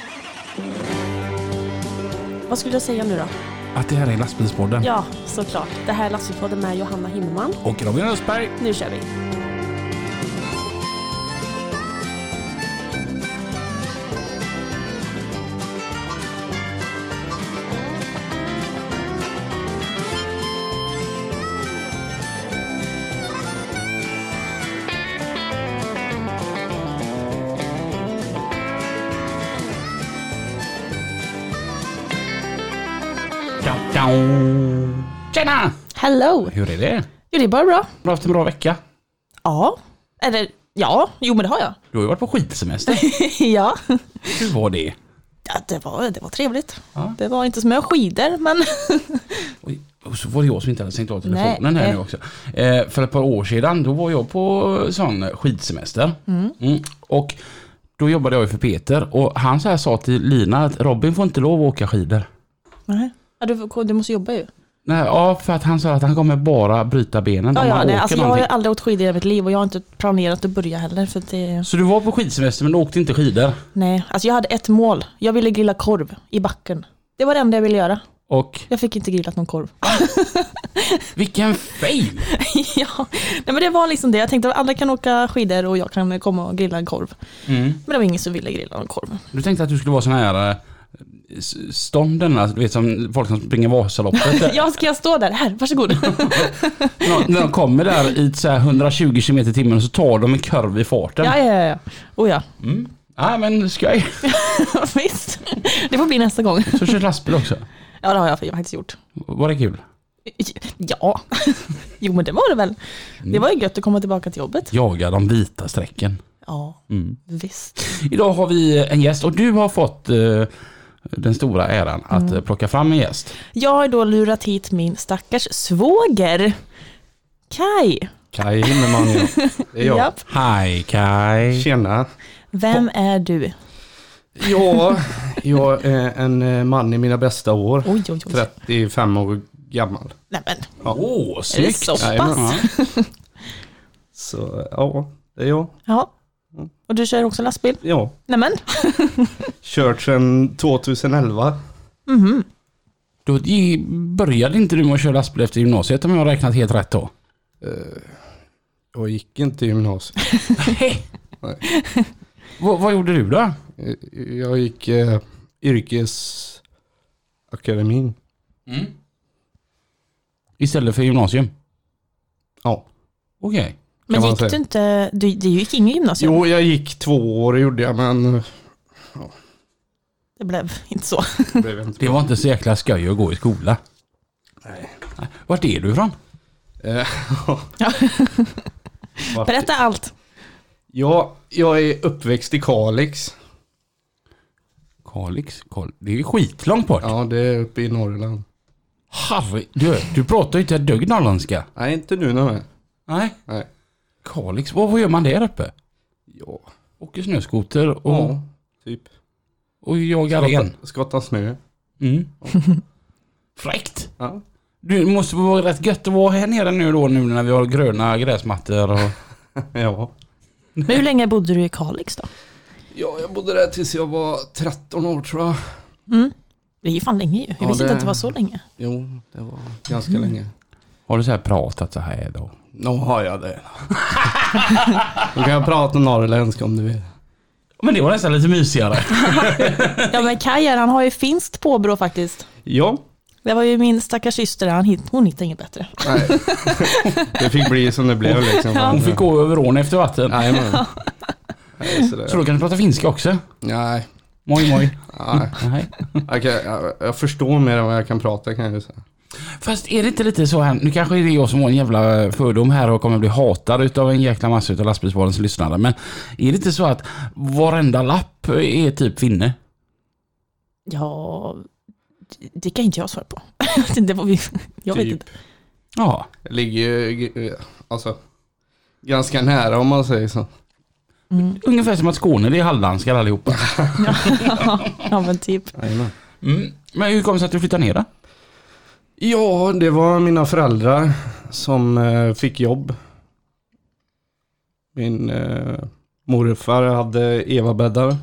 utveckling. Vad skulle jag säga nu då? Att det här är lastbilspodden. Ja, såklart. Det här är Lastbilspodden med Johanna Himmelman. Och Robin Östberg. Nu kör vi! Ciao, ciao. Tjena! Hello! Hur är det? Jo, det är bara bra. Har du haft en bra vecka? Ja. Eller ja, jo men det har jag. Du har ju varit på skidsemester. ja. Hur var det? ja det, var, det var trevligt. Ja. Det var inte så många skidor, men Oj, Och så var det jag som inte hade stängt av telefonen Nej. här nu också. Eh, för ett par år sedan då var jag på sån skidsemester. Mm. Och då jobbade jag ju för Peter och han så här sa till Lina att Robin får inte lov att åka skidor. Nej. Ja, du, får- du måste jobba ju. Nej, ja, för att han sa att han kommer bara bryta benen Ja, om ja, han nej, åker alltså, jag har ju någonting. aldrig åkt skidor i hela mitt liv och jag har inte planerat att börja heller. För att det, Så du var på skidsemester men du åkte inte skidor. nej. Alltså, jag hade ett mål. Jag ville grilla korv i backen. Det var det enda jag ville göra. Och Jag fick inte grillat någon korv. vilken fail! ja. nej, men det var liksom det. Jag tänkte att alla kan åka skidor och jag kan komma och grilla en korv. Men det var ingen som ville grilla någon korv. Du tänkte att du skulle vara sån här eh, s- stånden, alltså, du vet som folk som springer Vasaloppet. Ja, ska jag stå där? Här, varsågod. Nå- När de kommer där i så här 120 km i timmen och så tar de en kurv i farten. ja, ja, ja. ja. Oh, ja. Nej men skoj. Visst. Det får bli nästa gång. Så kör lastbil också. Ja, det har jag faktiskt gjort. Var det kul? Ja, jo men det var det väl. Det var ju gött att komma tillbaka till jobbet. Jaga de vita strecken. Ja, Mm. visst. Idag har vi eh, en gäst och du har fått eh, den stora äran att Mm. eh, plocka fram en gäst. Jag har då lurat hit min stackars svåger. Kaj. Kaj Himmelman, ja. Det är jag. Japp. Hi Kai. Tjena. Vem är du? Ja, jag är en eh, man i mina bästa år. Oj, oj, oj. 35 år gammal. Nej, men, Åh, oh, är det snyggt. så pass? Jajamän. Så ja, det är jag. Ja. Och du kör också lastbil? Ja, Nej men. kört sedan 2011. Då i- började inte du med att köra lastbil efter gymnasiet om jag har räknat helt rätt då? Jag gick inte i gymnasiet. Hej. Nej. Vad- vad gjorde du då? Eh, Jag gick eh, yrkesakademin. Istället för gymnasium? Ja. Okej. Men man gick säga. du inte, du, du gick ingen gymnasium? Jo, jag gick två år gjorde jag, men eh, Det blev inte så. det blev inte Det var inte så jäkla skoj att gå i skola. Nej. Vart är du ifrån? Eh, Berätta allt. Ja, jag är uppväxt i Kalix. Kalix? Kal... Det är ju skitlångt bort. Ja, det är uppe i Norrland. Harry, du, du pratar ju inte ett dugg norrländska. Nej, inte nu nej. Nej. Nej. Kalix, vad, vad gör man där uppe? Ja. Åker snöskoter och, Ja, typ. och jagar ren. Skotta, skotta snö. Mm. Fräckt. Ja. Du det måste vara rätt gött att vara här nere nu då nu när vi har gröna gräsmattor och... ja. Men hur länge bodde du i Kalix då? Ja, jag bodde där tills jag var 13 år tror jag. Det är ju fan länge ju. Jag Ja, visste inte det- att det var så länge. Jo, det var ganska länge. Har du så här pratat så här då? Nu har jag det. Då kan jag prata norrländska om du vill. Men det var nästan lite mysigare. Ja men Kaj här, han har ju finskt påbrå faktiskt. Ja. Det var ju min stackars syster, han hit, hon hittade inget bättre. Nej. Det fick bli som det blev liksom. Hon fick gå över ån efter vatten. Nej, men. Nej, sådär. Så då kan du prata finska också? Nej. Moj moj. Nej. Nej. Jag, kan, jag, jag förstår mer än vad jag kan prata kan jag ju säga. Fast är det inte lite så här, nu kanske det är jag som har en jävla eh, fördom här och kommer bli hatad utav en jäkla massa utav lastbilspoddens lyssnare. Men är det inte så att varenda lapp är typ finne? Ja, det kan inte jag svara på. det var vi, jag Typ. vet inte. Ja. Jag ligger ju eh, alltså, ganska nära om man säger så. Ungefär som att Skåne det är halvdanskar allihopa. Ja men typ. Jajamän. Mm. Men hur kom det sig att du flyttade ner då? Ja, det var mina föräldrar som eh, fick jobb. Min eh, morfar hade Eva-bäddar. Mm.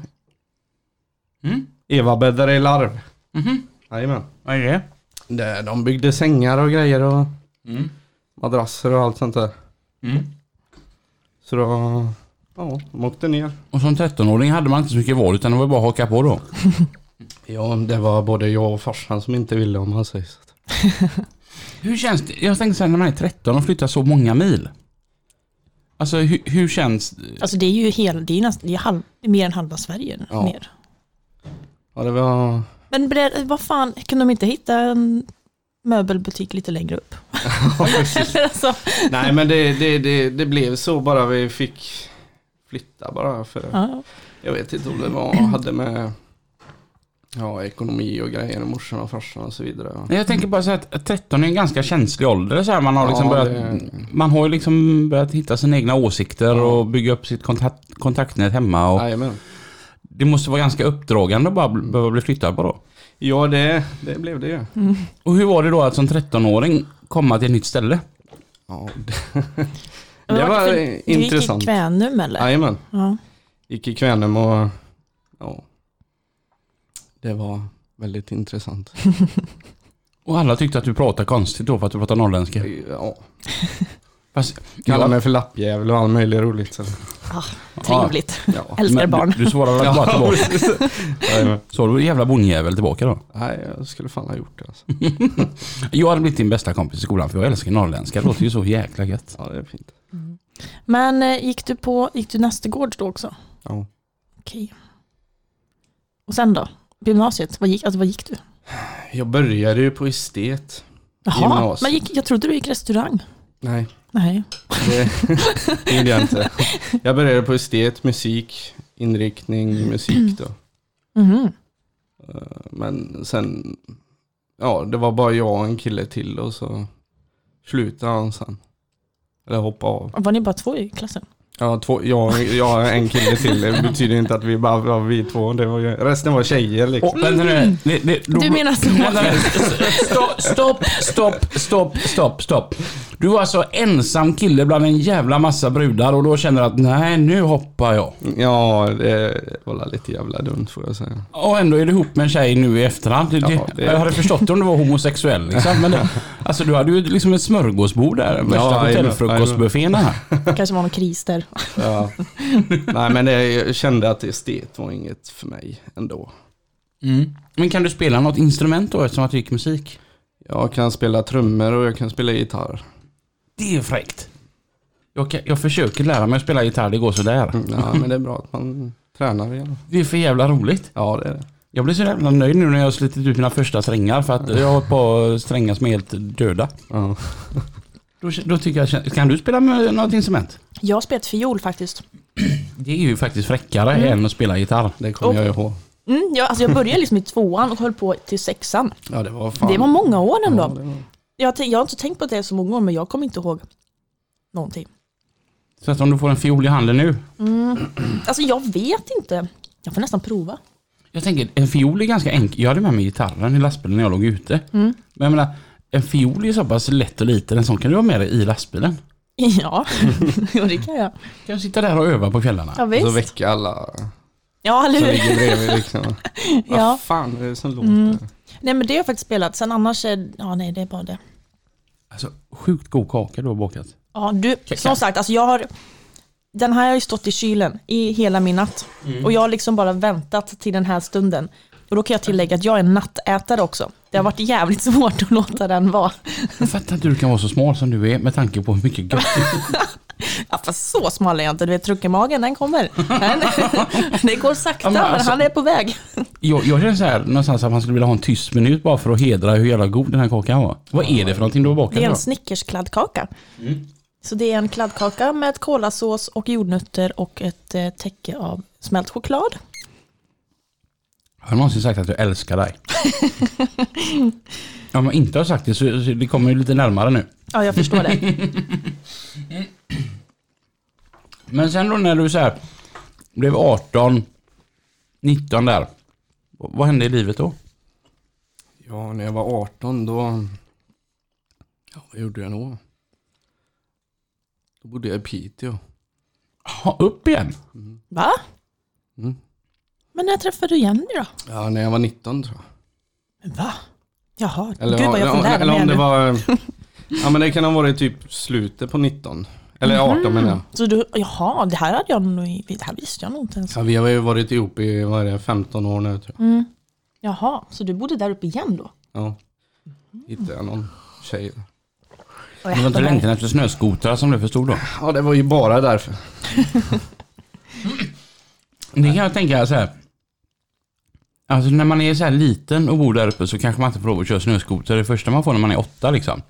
Mhm. Eva bäddade i larv. Jajamän. Vad är det? Det- De byggde sängar och grejer och Mm. madrasser och allt sånt där. Mm. Så då, ja, de åkte ner. Och som 13-åring hade man inte så mycket val utan det var bara att haka på då. Ja, det var både jag och farsan som inte ville om han säger så. Hur känns det? Jag tänkte såhär när man är 13 och flyttar så många mil. Alltså hur, hur känns... Alltså det är ju hel, det är ju nästan, det är halv, det är mer än halva Sverige. Ja. Mer. Ja, det var... Men bre- vad fan, kunde de inte hitta en möbelbutik lite längre upp? Ja, precis. alltså, Nej, men det, det, det, det blev så bara vi fick flytta bara för... ja. Jag vet inte om det var, hade med ja, ekonomi och grejer, och morsan och farsan och så vidare. Nej, Jag tänker bara så här att 13 är en ganska känslig ålder. Så här, man, har liksom Ja, börjat, det- man har ju liksom börjat hitta sina egna åsikter Ja. och bygga upp sitt kontakt, kontaktnät hemma. Och Jajamän. det måste vara ganska uppdragande att bara bli- behöva bli flyttad på då. Ja, det, det blev det ju. Och hur var det då att som 13-åring komma till ett nytt ställe? Ja, det, Men det vad var för- eh, Du gick intressant. i Kvänum eller? Jajamän. Ja. Gick i Kvänum och ja, det var väldigt intressant. Och alla tyckte att du pratade konstigt då för att du pratade norrländska. Ja, Fast, kallade Ja, mig för lappjävel och all möjlig roligt. Så, Ah, Trevligt. ja. Älskar men barn. Du, du svarade bara Ja, tillbaka. precis. Jajamän. Så du jävla bondjävel tillbaka då? Nej, jag skulle fan ha gjort det alltså. Jag hade blivit din bästa kompis i skolan för jag älskar norrländska. Det låter ju så jäkla gött. Ja, det är fint. Men eh, gick du på, gick du Nästergårds då också? Ja. Okej. Och sen då? Gymnasiet, vad gick, alltså, vad gick du? Jag började ju på estet. Jaha, Gymnasiet. men gick, jag trodde du gick restaurang. Nej, Nej. det det gjorde jag inte. Jag började på estet, musik, inriktning, musik då. Mhm. Eh, Men sen, ja det var bara jag och en kille till och så slutade han sen. Eller hoppade av. Och Var ni bara två i klassen? Ja, två, jag, jag och en kille till, det betyder inte att vi bara var vi två. Det var ju, resten var tjejer liksom. Åh, vänta nu. Det- det- då- Du menar så? Vänta nu. Stopp, stopp, stopp, stopp, stopp, stopp. Du var alltså ensam kille bland en jävla massa brudar och då känner du att nej, nu hoppar jag. Ja, det var lite jävla dumt får jag säga. Och ändå är du ihop med en tjej nu i efterhand. Det, det, Ja, det- Jag hade förstått det om du var homosexuell. Liksom, men det, alltså, du hade ju liksom ett smörgåsbord där. Värsta jajamän, hotellfrukostbuffén där. kanske var någon kris där. Ja. Nej men det, jag kände att estet var inget för mig ändå. Mm. Men kan du spela något instrument då eftersom att du gick musik? Jag kan spela trummor och jag kan spela gitarr. Det är fräckt. Jag, kan, jag försöker lära mig att spela gitarr, det går sådär. Ja, men det är bra att man tränar igen. Det är för jävla roligt. Ja det är det. Jag blir så jävla nöjd nu när jag har slitit ut mina första strängar för att jag har ett par strängar som är helt döda. Ja. Då, då tycker jag, kän- kan du spela med något instrument? Jag har spelat fiol faktiskt. Det är ju faktiskt fräckare än att spela gitarr. Det kommer jag ihåg. Mm, jag, alltså jag började liksom i tvåan och höll på till sexan. Ja det var fan. Det var många år ändå. Ja, det var- Jag, tän- jag har inte tänkt på det så många år, men jag kommer inte ihåg någonting. Så att om du får en fiol i handen nu. Alltså jag vet inte. Jag får nästan prova. Jag tänker, en fiol är ganska enkel. Jag hade med mig gitarren i lastbilen när jag låg ute. Mm. Men jag menar, en fiol är så pass lätt och liten. En sån kan du ha med dig i lastbilen. Ja, jo, det kan jag. Kan jag sitta där och öva på kvällarna. Ja, Och så visst. väcka alla Ja, eller som hur? ligger bredvid liksom. Ja. Mm. Vad fan är det som låter? Nej, men det har jag faktiskt spelat. Sen annars är Ja, nej, det är bara det. Alltså, sjukt god kaka du har bakat. Ja, du, som sagt, alltså jag har... Den här har ju stått i kylen i hela min natt. Mm. Och jag har liksom bara väntat till den här stunden. Och då kan jag tillägga att jag är en nattätare också. Det har varit jävligt svårt att låta den vara. Jag fattar inte hur du kan vara så smal som du är med tanke på hur mycket gött Ja, fast så smal är jag inte. Du vet, truckemagen, den kommer. Den, det går sakta, Ja, men men, alltså- han är på väg. jag, jag känner så här någonstans att man skulle vilja ha en tyst minut bara för att hedra hur jävla god den här kakan var. Vad är det för någonting du har bakat? Det är då? en Snickerskladdkaka. Mm. Så det är en kladdkaka med kolasås och jordnötter och ett eh, täcke av smält choklad. Har jag någonsin sagt att jag älskar dig? Om jag inte har sagt det så, så det kommer ju lite närmare nu. Ja, jag förstår det. Men sen då när du så här blev 18, 19 där. Vad hände i livet då? Ja, när jag var 18 då... Ja, vad gjorde jag då? Då bodde jag i Piteå. Ha, upp igen? Va? Mm. Men när träffade du Jenny då? Ja, när jag var 19 tror jag. Va? Jaha, Eller, gud vad jag får lära eller mig om det nu. var... Ja men det kan ha varit typ slutet på 19. Eller Mhm. 18 menar jag. Så du, jaha, det här, hade jag nog, det här visste jag nog inte ens. Ja, vi har ju varit ihop i vad är det, 15 år nu tror jag. Jaha, så du bodde där uppe igen då? Ja. Mm. Hittade jag någon tjej. Det var inte längtan efter snöskotrar som du förstod då? Ja det var ju bara därför. Det kan jag tänka så här. Alltså när man är så här liten och bor där uppe så kanske man inte får lov att köra snöskoter. Det första man får när man är åtta liksom.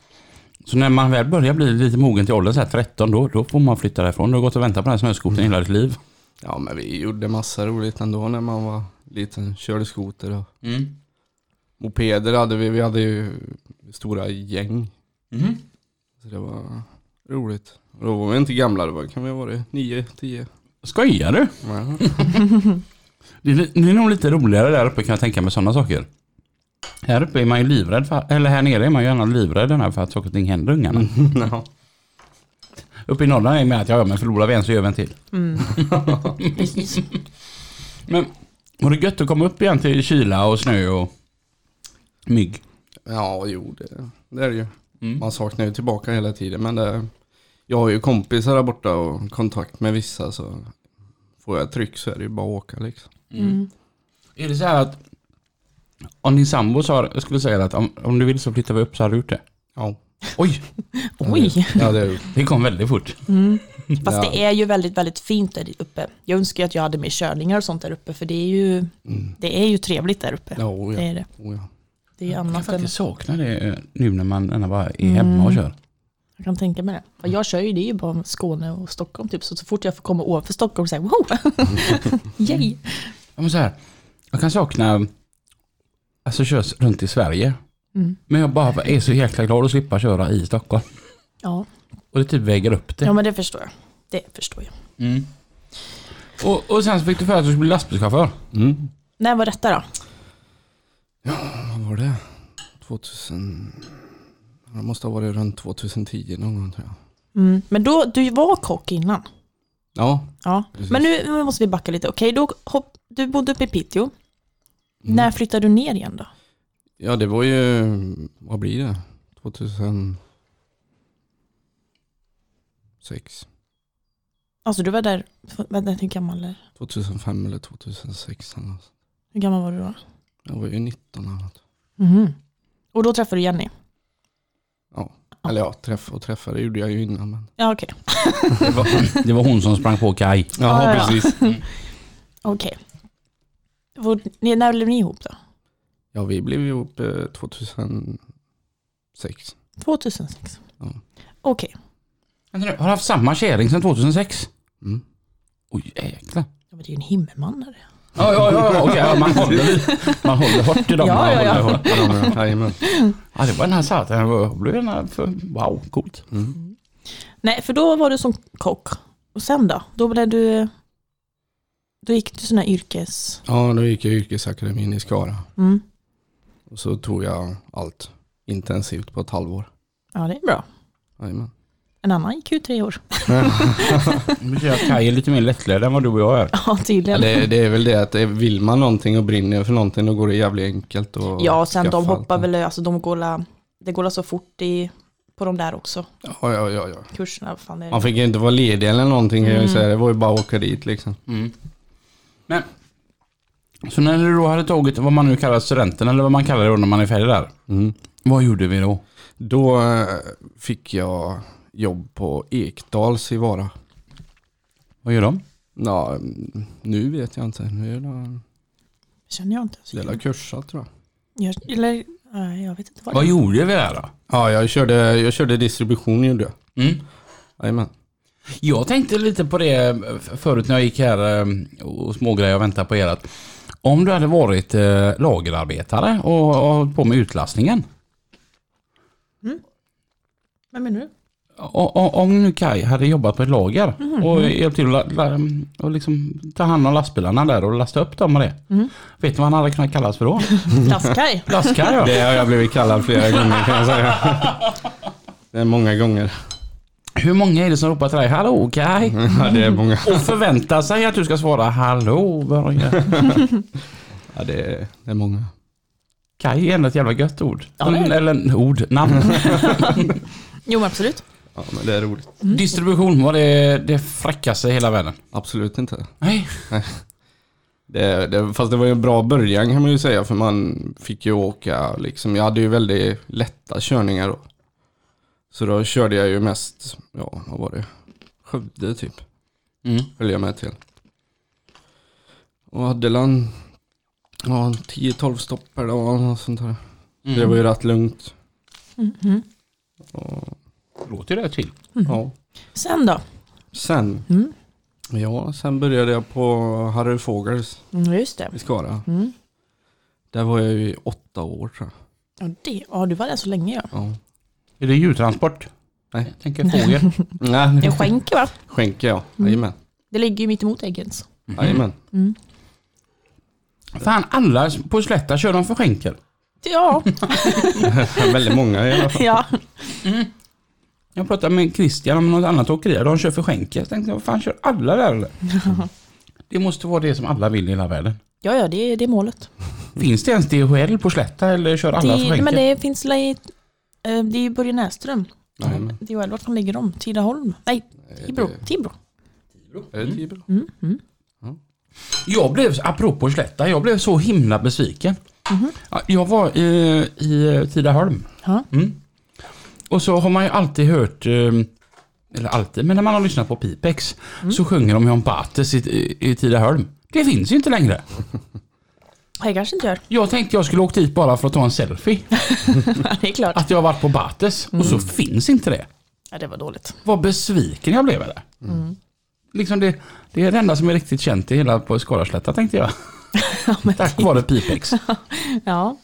Så när man väl börjar bli lite mogen till åldern, så här 13, då, då får man flytta därifrån. Du har gått och väntat på den här snöskotern hela ditt liv. Ja men vi gjorde massa roligt ändå när man var liten. Körde skoter och mopeder hade vi. Vi hade ju stora gäng. Så det var roligt. Och Då var vi inte gamla, då var- kan vi ha varit 9, 10. Skojar du? Ja. Det är, li- det är nog lite roligare där uppe kan jag tänka mig sådana saker. Här uppe är man ju livrädd, för, eller här nere är man ju gärna livrädd den här för att saker och ting händer ungarna. Ja. Uppe i norra är med att jag men förlorar vi en så gör vi en till. Mm. Precis. Men var det gött att komma upp igen till kyla och snö och mygg? Ja, jo det, det är det ju. Mm. Man saknar ju tillbaka hela tiden men det, jag har ju kompisar där borta och kontakt med vissa så får jag tryck så är det ju bara att åka liksom. Mm. Är det så här att om din sambo sa, jag skulle säga att om, om du vill så flyttar vi upp så hade du gjort det? Ja. Oj, Oj, Ja, det är ju- det kom väldigt fort. fast Ja. det är ju väldigt, väldigt fint där uppe. Jag önskar ju att jag hade mer körningar och sånt där uppe, för det är ju, det är ju trevligt där uppe. Mm. ja, oh, Det ja. är det. Oh, ja. Det är ju Jag annat än, Mm. faktiskt saknar det eh, nu när man ändå bara är hemma och kör. jag kan tänka mig det. Och Mm. Jag kör ju, det är ju bara Skåne och Stockholm typ, så, så fort jag får komma ovanför Stockholm så är jag wow, yay. Ja, men så här, jag kan sakna alltså körs runt i Sverige. Mm. Men jag bara är så jäkla glad att slippa köra i Stockholm. Ja. Och det typ väger upp det. ja, men det förstår jag. Det förstår jag. Mm. Och, och sen så fick du för dig att du skulle bli lastbilschaufför. Mm. När var detta då? Vad var det? 2000... Det måste ha varit runt 2010 någon gång tror jag. Mm. Men då, du var kock innan? Ja, Ja, Precis. men nu nu måste vi backa lite. Okej, då hopp, du bodde uppe i Piteå. När flyttade du ner igen då? Mm. ja det var ju, vad blir det? 2006. Alltså du var där, vänta, hur gammal, är- 2005 eller 2006 eller något. hur gammal var du då? Jag var ju 19 eller något. Mhm. Och då träffade du Jenny? Ja. Eller ja, träffa och träffa det gjorde jag ju innan. Men... Ja, okej. Det var, det var hon som sprang på Kaj. Ja, ja. precis. Mm. Okej. Var- ni- När blev ni ihop då? Ja, vi blev ihop eh, 2006. 2006? Ja. Okej. Vänta nu, Har du haft samma kärring sedan 2006? Mm. Oj jäklar. Ja, men Det är ju en himmelman. Ja, ja, ja, ja, okej, ja, man, håller, man håller hårt i dem. Ja, man ja, ja. håller hårt. Jajamän. ja, det var den här saten. Jag blev den här för, wow, coolt. Mm. Nej, för då var du som kock. Och sen då? Då blev du... Då gick du sådana yrkes... Ja, då gick jag yrkesakademin i Skara. Mm. Och så tog jag allt intensivt på ett halvår. Ja, det är bra. Jajamän. En annan gick ju tre år. Det betyder att Kaj är lite mer lättlärd än vad du och jag är. Ja, tydligen. Det, det är väl det att det- vill man någonting och brinner för någonting då går det jävligt enkelt att Ja, och sen skaffa de hoppar allt. väl, alltså de går la, det går la så fort i, på de där också, Ja, ja, ja, ja. kurserna. vad Fan det är. Man fick ju inte vara ledig eller någonting kan jag Mm. ju säga. Det var ju bara att åka dit liksom. Mm. Men, så när du då hade tagit vad man nu kallar studenten, eller vad man kallar det då när man är färdig där. Mm. Vad gjorde vi då? Då eh, fick jag jobb på Ekdals i Vara. Vad gör de? Ja, mm, nu vet jag inte. Nu är det Känner jag inte. Så det är väl kursat tror jag. jag, eller, nej, jag vet inte vad Vad det gjorde vi där då? Ja, jag körde, jag körde distribution gjorde jag. Mm. Jajamän. Jag tänkte lite på det eh, förut när jag gick här eh, och smågrejer och väntade på er. Att om du hade varit eh, lagerarbetare och och hållit på med utlastningen. Vad menar du? O- o- Om nu Kaj hade jobbat på ett lager Mhm. och hjälpt till att la- la- och liksom ta hand om lastbilarna där och lasta upp dem och det. Mhm. Vet du vad han hade kunnat kallas för då? Lastkaj? Lastkaj ja. Det har jag blivit kallad flera gånger kan jag säga. Det är många gånger. Hur många är det som ropar till dig “Hallå Kaj?” Ja, det är många. och förväntar sig att du ska svara “Hallå Börje?” Ja, det är, det är många. Kaj är ändå ett jävla gött ord. Ja, det är det. Eller ord, namn. Jo men absolut. Ja, men det är roligt. Mm. Distribution var det, det fräckaste i hela världen. Absolut inte. Nej. Det, det, fast det var ju en bra början kan man ju säga för man fick ju åka liksom. Jag hade ju väldigt lätta körningar då. Så då körde jag ju mest, ja vad var det? Skövde typ, Mm. höll jag med till. Och hade land, ja 10-12 stopp per dag och sånt där. Mm. Det var ju rätt lugnt. Mhm. Och, Låter det till. Mm. ja. Sen då? Sen, Mm. ja sen började jag på Harry Fogels Mm, Just det. i Skara. Mm. Där var jag ju i åtta år tror jag. Ja, det. ja, du var där så länge ja. Ja. Är det djurtransport? Nej. Jag tänker fågel. Nej, En skänk va? Skänker ja, jajamän. Det ligger ju mitt emot Eggens. Jajamän. Mm. Fan, alla på Slätta kör de för skänkel. Ja, Mm. Väldigt många i alla fall. ja. Jag pratade med Christian om något annat åkeri, de kör för skänkel. Jag tänkte, vad fan kör alla där eller? Det måste vara det som alla vill i hela världen. ja, ja det, är- det är målet. Finns det ens DHL på Slätta eller kör alla för Det, nej, skänkel? men det finns la i, eh, det är ju Börje Näsström. Jajamän. Det är ju vart fan ligger de? Tidaholm? Nej, Tibro. Tibro. Är det Tibro? Mm. Mm. Jag blev, apropå Slätta, jag blev så himla besviken. Ja, Jag var i, i eh, Tidaholm. Ja. Mm. Och så har man ju alltid hört, eh, eller alltid, men när man har lyssnat på Pipex så sjunger de ju om Bates i, i Tidaholm. Det finns ju inte längre. Det kanske inte gör. Jag tänkte jag skulle åkt dit bara för att ta en selfie. det är klart. Att jag har varit på Bates och så finns inte det. Ja, det var dåligt. Vad besviken jag blev där. Liksom det, det är det enda som är riktigt känt i hela på Skaraslätta tänkte jag. Tack vare Pipex. Ja.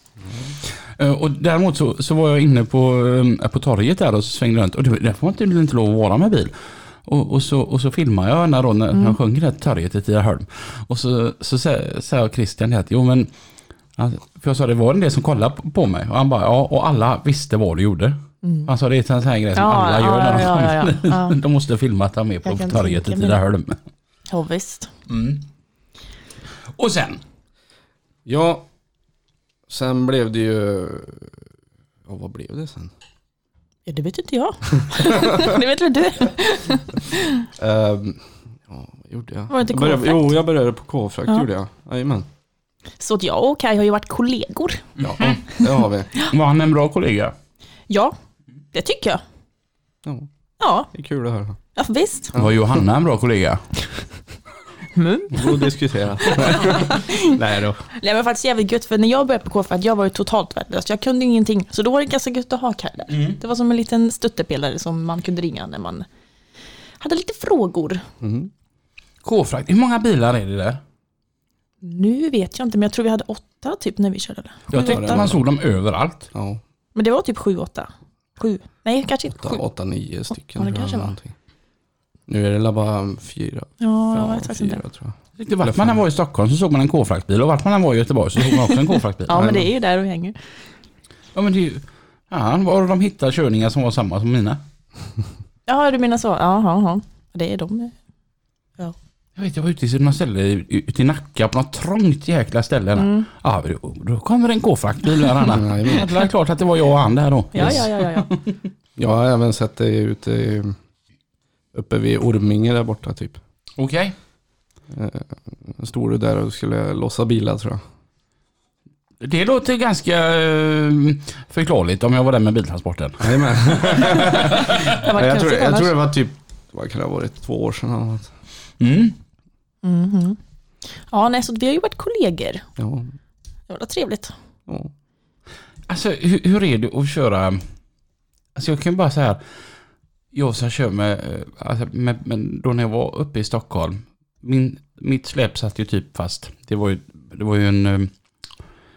Eh, Och däremot så, så var jag inne på, eh, på torget där och så svängde runt och det, där får man tydligen inte lov att vara med bil. Och, och, så, och så filmade jag när, då, när Mm. han sjöng det där torget i Tidaholm. Och så, så sä- sa jag Christian det att, jo men, alltså, för jag sa det var en del som kollade på- på mig och han bara, ja och alla visste vad du gjorde. Han sa det är en sån här grej som Mm. Ja, alla ja, gör när de ja, ja, ja, kommer. ja. De måste filma att han är med på Jag kan torget i tänka mig Tidaholm. Ja, visst. Och sen, Ja. Sen blev det ju... Ja, vad blev det sen? Ja, det vet inte jag. det vet väl du? Ehm, ja, vad gjorde jag? Var det inte jag började, K-frakt? jo, jag började på K-frakt gjorde jag. Jajamän. Så att jag och Kaj har ju varit kollegor. Ja, Mm. det har vi. var han en bra kollega? Ja, det tycker jag. Ja, Ja, det är kul att höra. ja visst. Var Johanna en bra kollega? Gå och diskutera. Nej då. Det var faktiskt jävligt gött för när jag började på KF, jag var ju totalt värdelös. Jag kunde ju ingenting. Så då var det ganska gött att ha Kaj där. Det var som en liten stöttepelare som man kunde ringa när man hade lite frågor. Mm. K-frakt, hur många bilar är det där? Nu vet jag inte, men jag tror vi hade åtta typ när vi körde. Jag det tyckte var man bra. såg dem överallt. Ja, Men det var typ sju, åtta. Sju? Nej, kanske inte åtta, sju. åtta nio stycken. Ja, det tror jag, kanske eller var. någonting. Nu är det väl bara fyra. Ja, jag Ja, vet faktiskt fyra inte. tror jag. Jag tyckte Vart man än var i Stockholm så såg man en K-fraktbil och vart man än var i Göteborg så såg man också en K-fraktbil. Ja, men det är ju där vi hänger. Ja, men det är ju... Ja, var de hittar körningar som var samma som mina. Ja, du menar så. Ja, ja, ja. Det är de. Jag vet, jag var ute i något ställe i- ute i Nacka på något trångt jäkla ställe. där. Mm. Ja, men då, då kommer det en K-fraktbil där Anna. Nej, men- Det är klart att det var jag och han där då. Ja, ja, ja, ja, ja. Jag har även sett det ute i, uppe vid Orminge där borta typ. Okej. Jag stod du där och skulle lossa bilar tror jag. Det låter ganska eh, förklarligt om jag var där med biltransporten. Jajamän. Det var jag, tror, konstigt jag annars. tror det var typ, vad kan det ha varit, två år sedan eller något. Mm. Mhm. Ja, nej, så vi har ju varit kollegor. Ja. Det var trevligt. ja. Alltså hur, hur är det att köra? Alltså jag kan ju bara säga här. Jag som kör med, eh, alltså med, med, då när jag var uppe i Stockholm. Min, mitt släp satt ju typ fast. Det var ju, det var ju en, eh,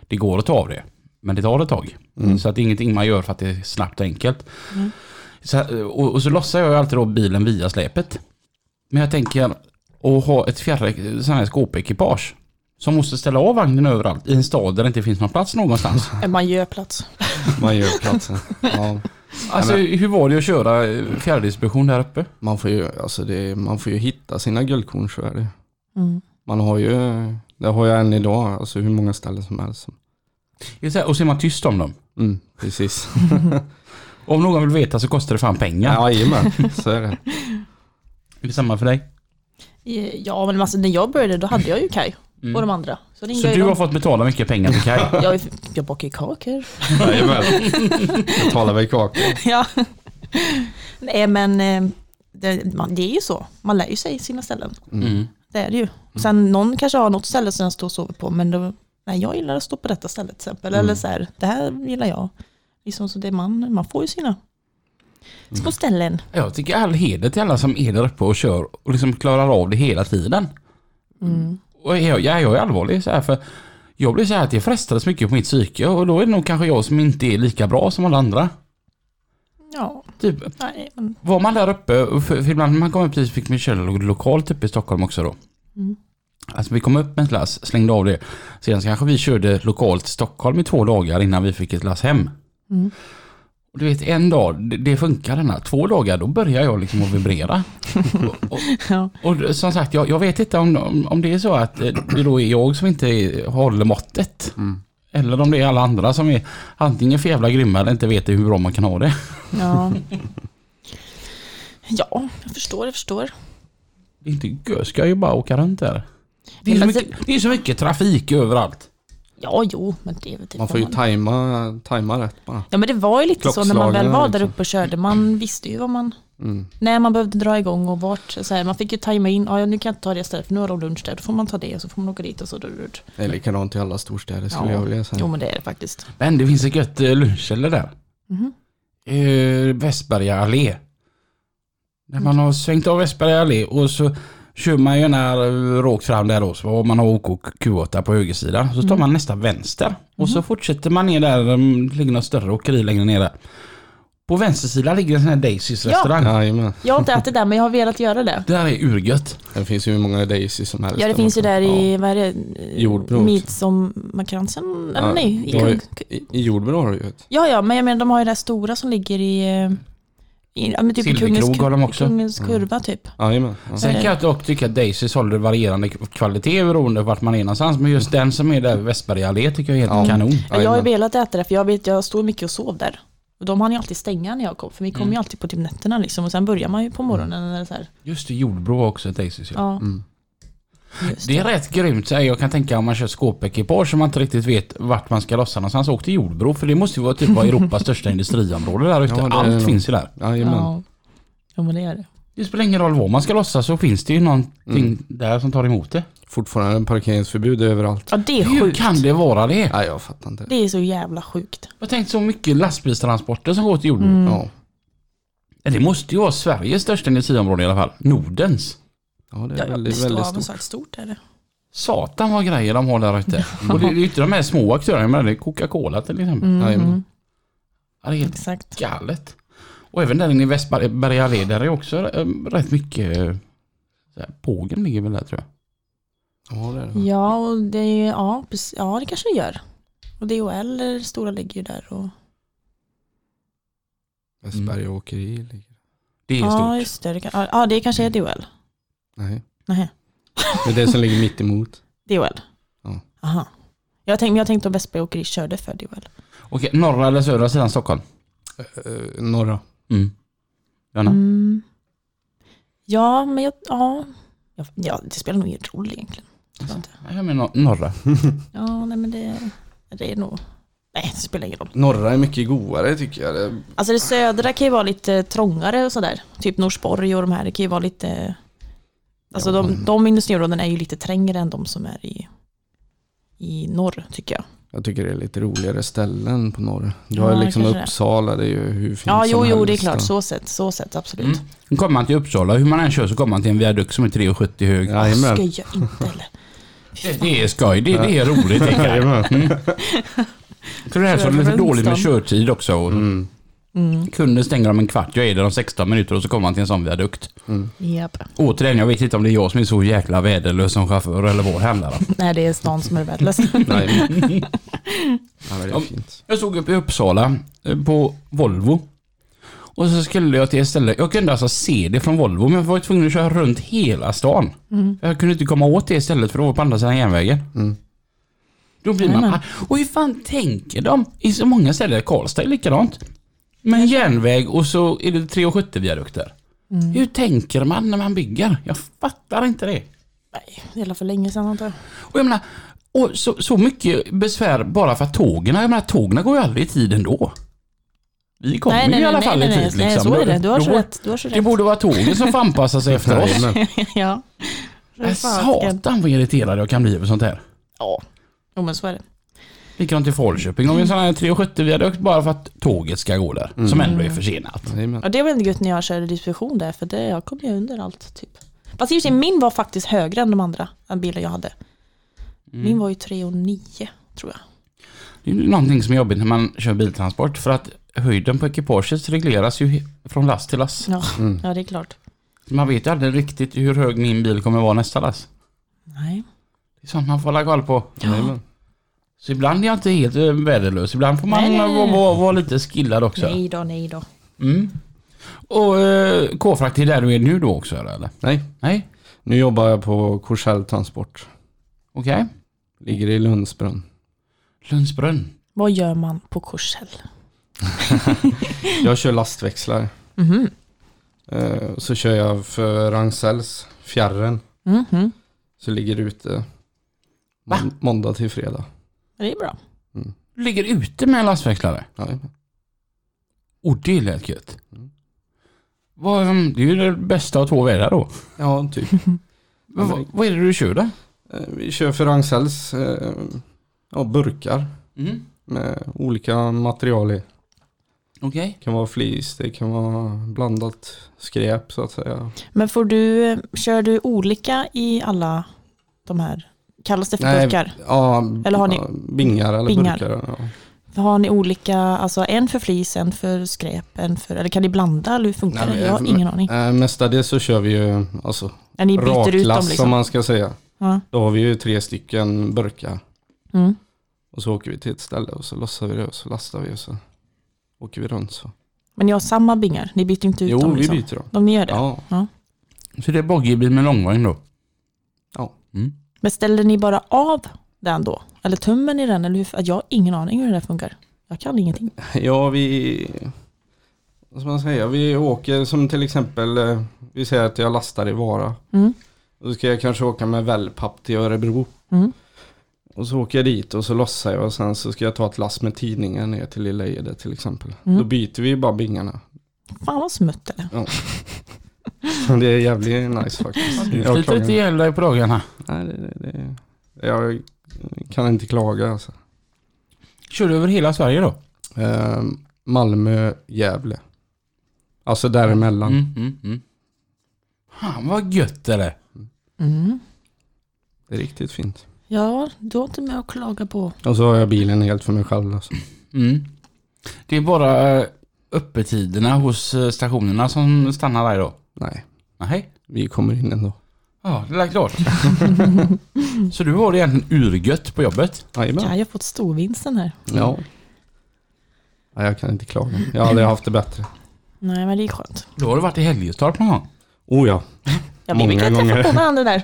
det går att ta av det. Men det tar ett tag. Så att det är ingenting man gör för att det är snabbt och enkelt. Så, eh, och, och så lossar jag ju alltid då bilen via släpet. Men jag tänker att ha ett fjärre, sån här skåpekipage. Som måste ställa av vagnen överallt i en stad där det inte finns någon plats någonstans. Man gör plats. Man gör platsen. Ja. Alltså hur var det att köra eh, fjärrdistribution där uppe? Man får ju, alltså det, man får ju hitta sina guldkorn så är det. Mm. Man har ju, det har jag än idag, alltså hur många ställen som helst. Det är så här, Och så är man tyst om dem. Mm, precis. Om någon vill veta så kostar det fan pengar. Ja, Jajamän, så är det. Är det samma för dig? Ja, men alltså, när jag började då hade jag ju Kaj Mm. och de andra. Så ringde Så jag ju du har dem. fått betala mycket pengar till Kaj? Jag, jag bakar ju kakor. Jajamän. Jag talar väl kakor. Ja. Nej men eh, det, man, det är ju så, man lär ju sig sina ställen. Mm. Det är det ju. Sen någon kanske har något ställe som jag står och sover på, men då, nej, jag gillar att stå på detta stället till exempel. Mm. Eller så här, det här gillar jag. Liksom, så det man, man får ju sina Mm. små ställen. Jag tycker all heder till alla som är där uppe och kör och liksom klarar av det hela tiden. Och jag, jag, jag är allvarlig så här för jag blir så här att jag frestades mycket på mitt psyke och då är det nog kanske jag som inte är lika bra som alla andra. Ja, Typ, nej, men, var man där uppe, och för, för ibland när man kom upp precis fick man köra lo- lokalt uppe i Stockholm också då. Alltså vi kom upp med ett lass, slängde av det. Sedan så kanske vi körde lokalt i Stockholm i två dagar innan vi fick ett lass hem. Och du vet en dag, det, det funkar denna. Två dagar, då börjar jag liksom att vibrera. och, och, ja. och som sagt, jag, jag vet inte om, om, om det är så att eh, det då är jag som inte är- håller måttet. Eller om det är alla andra som är antingen för jävla grymma eller inte vet hur bra man kan ha det. Ja. ja, jag förstår, jag förstår. Det är inte gö, ska jag ju bara åka runt där. Det är, Men så alltså- mycket, det är så mycket trafik överallt. Ja, jo, men det är väl typ Man får ju vad tajma, tajma rätt bara. Ja men det var ju lite så när man väl Klockslagen, var där liksom. Mm. uppe och körde. Man visste ju vad man, när man behövde dra igång och vart. Så här, man fick ju tajma in, ja nu kan jag inte ta det stället för nu har de lunch där. Då får man ta det och så får man åka dit och så. Det är likadant i alla storstäder skulle Ja. jag vilja Jo säga. men det är det faktiskt. Men det finns ett gött eh, lunchställe där. Mhm. Eh, Västberga allé. När man har svängt av Västberga allé och så kör man ju gärna eh, rakt fram där då. Så har man OKQ8 på högersidan. Så tar Mm. man nästa vänster. Och Mhm. så fortsätter man ner där. mm, Det ligger något större åkeri längre ner där. På vänstersidan ligger en sån här Daisys Ja. restaurang. Jajamän. Jag har inte ätit där men jag har velat göra det. Där är urgött. Det finns ju hur många Daisy som helst. Ja det finns ju där i, vad är det? Jordbrot. Midsommarkransen? Eller Ja, nej, i det har ju- Kung... I, i Jordbro har du ju ett. Ja ja, men jag menar de har ju det här stora som ligger i, eh, i ja, men typ i Silverkrog Kungens, har de också. kungens kurva typ. Jajamän. Ja. Sen kan jag dock tycka att Daisys håller varierande kvalitet beroende på vart man är någonstans. Men just den som är där vid Västberga allé tycker jag är helt kanon. Ja, jag har ju Jajamän. velat äta det för jag vet jag stod mycket och sov där. Och de hann ju alltid stänga när jag kom, för vi kom ju alltid på typ nätterna liksom. Och sen börjar man ju på morgonen eller så här. Just det, Jordbro har också ett Daisys. Ja. Ja. Just Det är rätt grymt. så här, Jag kan tänka om man kör skåpekipage som man inte riktigt vet vart man ska lossa någonstans. Åk till Jordbro för det måste ju vara typ vad Europas största industriområde där ute. Ja, det är Allt nog- finns ju där. Jajamän. Ja. ja, men det är det. Det spelar ingen roll vad man ska lossa så finns det ju någonting där som tar emot det. Fortfarande parkeringsförbud överallt. Ja, det är Hur sjukt. kan det vara det? Nej, jag fattar inte. Det är så jävla sjukt. Jag har tänkt så mycket lastbilstransporter som går till Jordbro. Mm. Ja. Ja, Det måste ju vara Sveriges största industriområde i alla fall. Nordens. ja, det Ja, är ja, väldigt, visst, det var väldigt väl stort. sagt stort är det. Satan vad grejer de har där ute. Och det det är ju inte de här små aktörerna, men det är Coca-Cola till Mm. exempel. Jajamän. Ja, det är helt Exakt. galet. Och även där inne i Västberga allé, där är också eh, rätt mycket... eh, Så här, pågen ligger väl där tror jag. Ja, det är det. Ja, och det är ju, ja, precis, ja det kanske det gör. Och DHL, eh, stora ligger ju där och... Västberga åkeri ligger. Det är Ja, stort. just det. det kan, ja, det kanske är DHL. Nej. Nej, Det är det som ligger mitt emot. DHL. Ja. Aha. Jag tänkte, men jag tänkte om Västberg Åkeri körde för DHL. Okej, norra eller södra sidan Stockholm? Eh, norra. Mm. Johanna? Mm. Ja, men jag, ja. Ja, ja, det spelar nog ingen roll egentligen. Tror jag inte. Nej, Jag menar norra. Ja, nej men det, det är nog... Nej, det spelar ingen roll. Norra är mycket godare tycker jag. Det, Alltså det södra kan ju vara lite trångare och sådär. Typ Norsborg och de här, det kan ju vara lite... Alltså de, de industriområdena är ju lite trängre än de som är i, i norr, tycker jag. jag tycker det är lite roligare ställen på norra. Du Ja, har ju det liksom kanske det är. Uppsala, det är ju hur fint Ja, som jo, jo, helst, det är klart. då. Så sett, så sett, absolut. Mm. Nu kommer man till Uppsala, hur man än kör så kommer man till en viadukt som är 3,70 hög. Ska Jajamän. jag inte heller. Det, det är skoj, det, det är roligt. Det är Mm. För det här så är det lite dåligt med körtid också. Och Kunden stänger om en kvart, jag är där om 16 minuter och så kommer man till en sån viadukt. Japp. Återigen, jag vet inte om det är jag som är så jäkla väderlös som chaufför eller vår handlare. Nej, det är stan som är värdelös. Jajamän. Ja, men det är Ja. fint. Jag såg upp i Uppsala eh, på Volvo. Och så skulle jag till ett ställe. Jag kunde alltså se det från Volvo men jag var tvungen att köra runt hela stan. Jag kunde inte komma åt det stället för det var på andra sidan järnvägen. Då blir man arg. Och hur fan tänker de? I så många ställen, Karlstad är likadant. Men järnväg och så är det 3,70 viadukter. Hur tänker man när man bygger? Jag fattar inte det. Nej, det är för länge sedan antar jag. Och jag menar, och så, så mycket besvär bara för att tågen, jag menar tågen går ju aldrig i tid ändå. Vi kommer nej, nej, i alla nej, fall nej, i nej, tid. nej, nej, liksom. så är det. Du har Då- så rätt. Du har så Det rätt. borde vara tågen som får anpassa sig efter oss. Jajamän. ja. Äh, Satan vad irriterad jag kan bli över sånt här. Ja, jo, men så är det. Likadant i Falköping. Om vi har en sån här 370 viadukt bara för att tåget ska gå där. Som ändå är försenat. Jajamän. Ja, det var inte gött när jag körde disposition där, för det, jag kom ju under allt. Typ. Fast i och för sig, min var faktiskt högre än de andra bilar jag hade. Mm. Min var ju 3,9 tror jag. Det är ju någonting som är jobbigt när man kör biltransport. För att höjden på ekipaget regleras ju he- från last till last. Ja, Mm. ja det är klart. Man vet ju aldrig riktigt hur hög min bil kommer vara nästa last. Nej. Det är sånt man får hålla koll på. Jajamän. Så ibland är jag inte helt eh, väderlös. Ibland får man Nej, nej, nej, vara nej. vara- vara lite skillad också. nej då, nej då. Mm. Och eh, K-frakt är där du är nu då också eller? Nej, Nej? nu jobbar jag på Korsell Transport. Okej. Ligger i Lundsbrunn. Lundsbrunn. Vad gör man på Korsell? Jag kör lastväxlar. Mhm. Eh, och så kör jag för Ragn-Sells, Fjärren. Mhm. Så ligger det ute Va? må- måndag till fredag. Det är bra. Du ligger ute med en lastväxlare? Jajamän. Och det lät gött. Mm. Vad, ehm, det är ju det bästa av två världar då. Ja, typ. Men Mm. vad, vad är det du kör då? Eh, Vi kör för Ragn-Sells eh, ja, burkar Mm. med olika material i. Okej. Det kan vara flis, det kan vara blandat skräp så att säga. Men får du, kör du olika i alla de här? Kallas det för Nej, burkar? Ja, Eller har ni- ja, bingar eller Bingar. burkar. Ja. Har ni olika, alltså en för flis, en för skräp, en för, eller kan ni blanda eller hur funkar Nej, det? men- Jag har ingen aning. Eh, mestadels så kör vi ju alltså, När ni byter ut dem raklass som liksom? man ska säga. Ja. Då har vi ju tre stycken burkar. Mm. Och så åker vi till ett ställe och så lossar vi det och så lastar vi och så åker vi runt så. Men ni har samma bingar? Ni byter inte ut Jo, dem vi liksom? byter dem. De gör det? Ja, Så det är boggiebil med långvagn då? Ja. Mm. Men ställer ni bara av den då? Eller tömmer ni den? Eller hur? Jag har ingen aning hur det där funkar. Jag kan ingenting. ja vi... Vad ska man säga? Vi åker som till exempel, eh, vi säger att jag lastar i Vara. Mm. Då ska jag kanske åka med wellpapp till Örebro. Mm. Och så åker jag dit och så lossar jag och sen så ska jag ta ett lass med tidningar ner till Lilla Ede till exempel. Mm. Då byter vi ju bara bingarna. Fan vad smutt eller? Det är jävligt nice faktiskt. Du sliter Jag klagar inte inte. ihjäl dig på dagarna. Nej, det, det, det. Jag kan inte klaga alltså. Kör du över hela Sverige då? Eh, Malmö, Gävle. Alltså däremellan. Mm, mm, mm. Fan vad gött det där. Mm. Det är riktigt fint. Ja, du har inte med att klaga på. Och så har jag bilen helt för mig själv. Alltså. Mm. Det är bara eh, öppettiderna hos eh, stationerna som stannar där då? Nej, Nej. vi kommer in ändå. Ja, det är klart. så du har det egentligen urgött på jobbet? Ja, Jajamän. jag har fått storvinsten här. Ja. Nej, jag kan inte klaga. Jag har aldrig haft det bättre. Nej, men det är skönt. Då har du varit i Helgestorp någon gång? Oh ja. Jag vet vilka Många jag träffar gånger. på varandra där.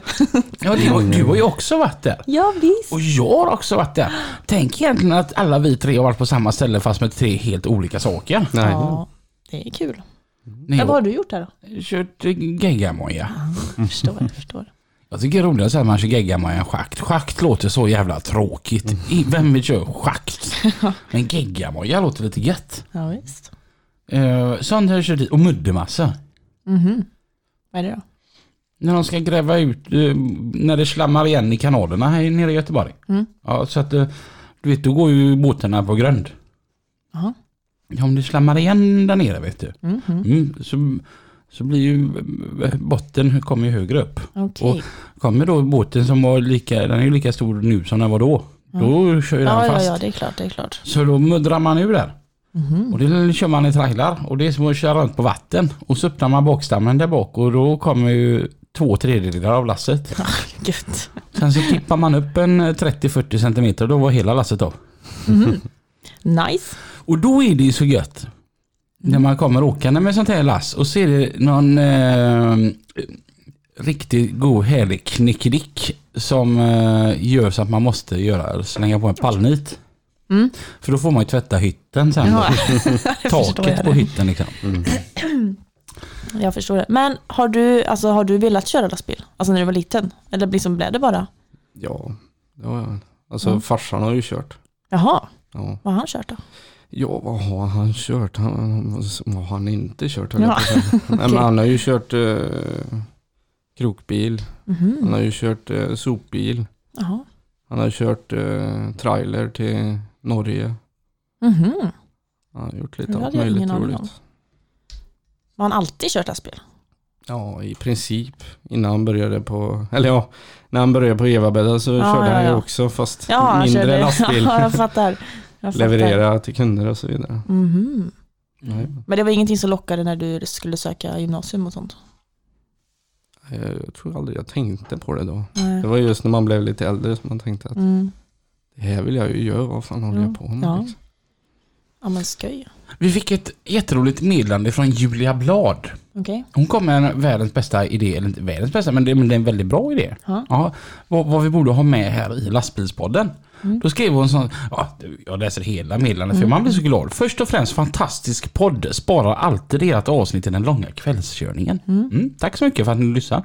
Ja, det har, du har ju också varit där. Ja, visst. Och jag har också varit där. Tänk egentligen att alla vi tre har varit på samma ställe fast med tre helt olika saker. Nej. Mm. Ja, det är kul. När Ja, vad jag har du gjort där då? har kört eh, geggamoja. Jag Förstår, jag förstår. Jag tycker det är roligare så här att man kör geggamoja än schakt. Schakt låter så jävla tråkigt. I- Vem vill köra schakt? Men geggamoja låter lite gött. Ja, visst. Uh, sånt har jag kört dit. Och muddermassa. Vad är det då? När de ska gräva ut, eh, när det slammar igen i kanalerna här nere i Göteborg. Ja, så att eh, du vet, då går ju båtarna på grund. Jaha. Ja, om det slammar igen där nere vet du. Mm, så, så blir ju eh, botten kommer ju högre upp. Okej. Och- Kommer då båten som var lika, den är ju lika stor nu som den var då. Då kör ju den Mm. Ja, ja, fast. ja, Mhm. det är klart, det är klart. Så då muddrar man ur där. Och det kör man i trailrar och det är som att köra runt på vatten. Och så öppnar man bakstammen där bak och då kommer ju två tredjedelar av lasset. Gött. Sen så tippar man upp en eh, 30-40 centimeter och då var hela lasset av. Nice. Och då är det ju så gött. När man kommer åkande med sånt här lass och ser det någon eh, riktigt god härlig knickedick som eh, gör så att man måste göra, slänga på en pallnit. Mm. För då får man ju tvätta hytten sen. Ja, förstår Taket jag på det. hytten liksom. Mm. Jag förstår det. Men har du, alltså, har du velat köra lastbil? Alltså när du var liten? Eller liksom blev det bara? Ja, det har jag väl. Alltså Mm. farsan har ju kört. Jaha, Ja, vad har han kört då? ja vad har han kört? Han, vad har han inte kört? höll jag Ja, på att säga. Nej, men han har ju kört eh, krokbil. Han Mhm. har ju kört eh, sopbil. Jaha. Han har kört eh, trailer till Norge. Mhm. Han har gjort Det lite allt hade jag ingen möjligt aning om. roligt. Har han alltid kört lastbil? Ja, i princip. Innan han började på, eller ja, när han började på Evabädda så Ja, körde ja, han ju ja. också fast Ja, han mindre körde. lastbil. Ja, jag fattar. Jag fattar. Leverera till kunder och så vidare. Mhm. Nej, Men det var ingenting som lockade när du skulle söka gymnasium och sånt? jag tror aldrig jag tänkte på det då. Nej. Det var just när man blev lite äldre som man tänkte att Mm. det här vill jag ju göra, vad fan håller Mm, jag på med? ja. liksom? Ja men skoj. Vi fick ett jätteroligt meddelande från Julia Blad. Okej. Hon kom med en världens bästa idé, eller inte världens bästa, men det, men det är en väldigt bra idé. Ja. vad, vad vi borde ha med här i lastbilspodden. Mm. Då skrev hon så ja, jag läser hela meddelandet för man blir så glad. Först och främst fantastisk podd, sparar alltid ert avsnitt i den långa kvällskörningen. Mm, tack så mycket för att ni lyssnar.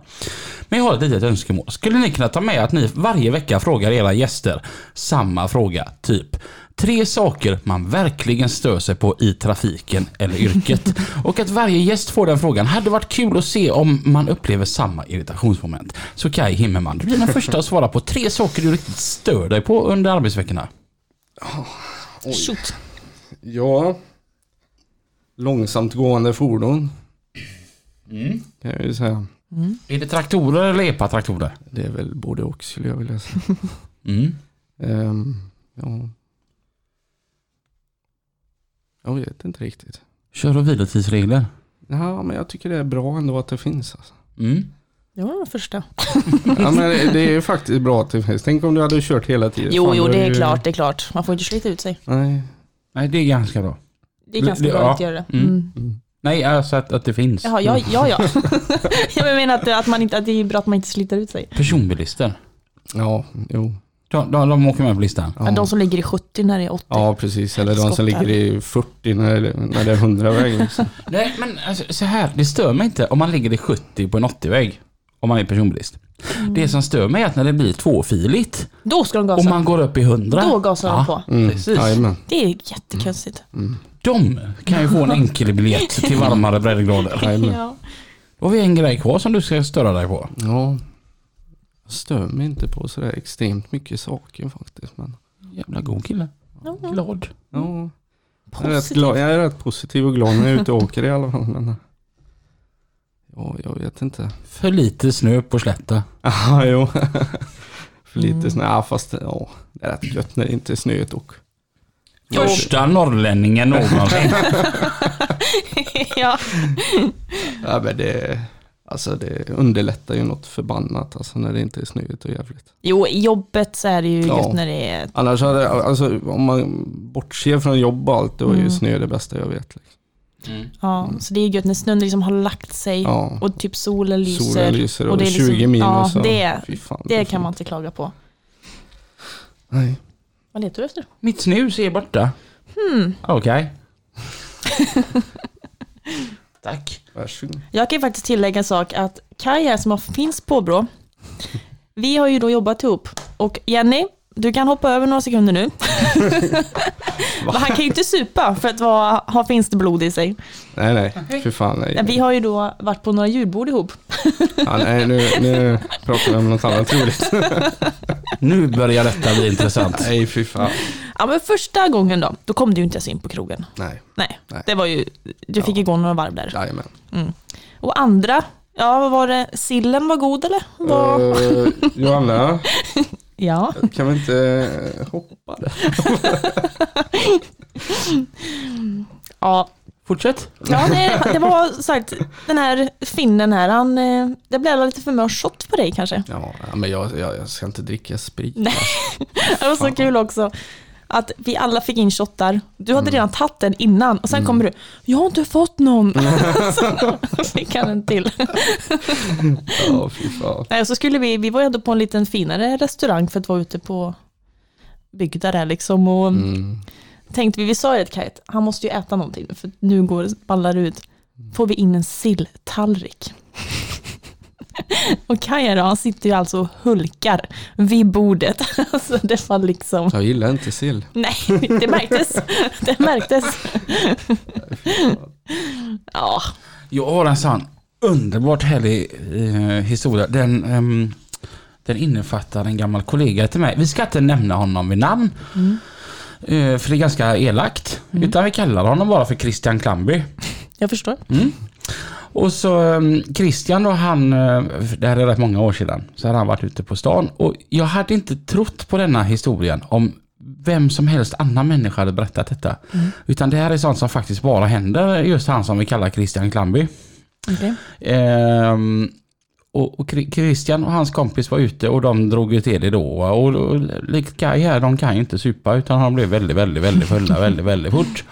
Men jag har ett litet önskemål. Skulle ni kunna ta med att ni varje vecka frågar era gäster samma fråga, typ Tre saker man verkligen stör sig på i trafiken eller yrket. Och att varje gäst får den frågan hade varit kul att se om man upplever samma irritationsmoment. Så Kai Himmelman, du blir den första att svara på tre saker du riktigt stör dig på under arbetsveckorna. Shoot. Ja. Långsamt gående fordon. Kan jag ju säga. Är det traktorer eller epatraktorer? Det är väl både och skulle jag vilja säga. Mm. Ehm, ja. Jag vet inte riktigt. Kör och vilotidsregler. Ja, men jag tycker det är bra ändå att det finns. Alltså. Mm. Det var den första. Ja, men det det är ju faktiskt bra att det finns. Tänk om du hade kört hela tiden. Jo, Fan, jo då det är ju- klart, det är klart. Man får inte slita ut sig. Nej. Nej, det är ganska bra. Det är ganska Det- bra ja. att göra det. Mm. Mm. Nej, alltså att, att det finns. Jaha, ja, Mm. ja. ja. jag menar att, att, man inte, att det är bra att man inte sliter ut sig. Personbilister. Ja, jo. De, de, de åker med på listan. Ja. De som ligger i 70 när det är 80. Ja, precis. Eller de som Skottar. ligger i 40 när det, när det är 100 väg. Liksom. Nej, men alltså, så här. Det stör mig inte om man ligger i 70 på en 80-väg. Om man är personbilist. Mm. Det som stör mig är att när det blir tvåfiligt Då ska de och gasa. man går upp i 100. Då gasar de Ja. på. Mm. Precis. Jajamän. Det är jättekonstigt. De kan ju få en enkel biljett till varmare breddgrader. Jajamän. Ja. Då har vi en grej kvar som du ska störa dig på. Ja. Jag stör mig inte på sådär extremt mycket saker faktiskt. Men, Jävla god kille. Ja. Glad. ja. jag, är rätt Positivt. glad, jag är rätt positiv och glad när jag är ute och åker i alla fall. Men, ja, jag vet inte. För lite snö på slätta. Ja, jo. För lite Mm. snö. Ja, fast ja, det är rätt gött när det inte är snöigt och. Första norrlänningen någonsin. ja. Ja, men det, alltså det underlättar ju något förbannat alltså när det inte är snöigt och jävligt. Jo, i jobbet så är det ju Ja. gött när det är... Annars hade, alltså om man bortser från jobb och allt, då är ju Mm. snö det bästa jag vet. Liksom. Ja, så det är gött när snön liksom har lagt sig Mm. Ja, och typ solen lyser. solen lyser och, och det är liksom- 20 minus. ja, och- det- fy fan, Det är kan man fint. inte klaga på. Nej. Vad letar du efter? Mitt snus är borta. Hmm. Okej. Tack. Varsågod. Jag kan ju faktiskt tillägga en sak att Kaj här som har finns påbrå, vi har ju då jobbat ihop. Och Jenny, du kan hoppa över några sekunder nu. Men Han kan ju inte supa för att vara, ha finst blod i sig. Nej, nej. Fy fan, nej. Vi har ju då varit på några julbord ihop. Ja, nej nu, nu pratar vi om något annat roligt. Nu börjar detta bli intressant. Nej, fy fan. Ja men första gången då, då kom du ju inte ens in på krogen. Nej, Nej, Nej. det var ju, du fick Ja. igång några varv där. jajamän. Och andra, ja vad var det, sillen var god eller? Vad- Uh, Johanna, Ja. kan vi inte eh, hoppa? ja. Fortsätt. Ja, nej, det var så sagt, den här finnen här, han, eh, det blev lite för mörkt på dig kanske. Ja, men jag, jag, jag ska inte dricka sprit. Det var så kul också. att vi alla fick in shottar. Du hade redan tagit en innan och sen kommer du. Jag har inte fått någon. så fick han en till. Ja, fy fan. Nej, så skulle vi, vi var ju ändå på en liten finare restaurang för att vara ute på bygda där liksom. Och Mm. tänkte vi, vi sa ju att Kajt, han måste ju äta någonting för nu går ballar det ut. Mm. Får vi in en silltallrik. och Kaja då, han sitter ju alltså och hulkar vid bordet. alltså det var liksom, Jag gillar inte sill. nej, det märktes. det märktes. ja, Jag har en sån underbart härlig eh, historia. Den, ehm, den innefattar en gammal kollega till mig. Vi ska inte nämna honom vid namn. Eh, för det är ganska elakt. Utan vi kallar honom bara för Christian Klamby. jag förstår. Mm. Och så ehm, Christian då, han, eh, det här är rätt många år sedan, så hade han varit ute på stan. Och jag hade inte trott på denna historien om vem som helst annan människa hade berättat detta. Utan det här är sånt som faktiskt bara händer just han som vi kallar Christian Klamby. Okej. Ehm, och, och Kri- Christian och hans kompis var ute och de drog ju till det då. Och, och likt Kaj här, de kan ju inte supa utan de blev väldigt, väldigt, väldigt fulla väldigt, väldigt fort.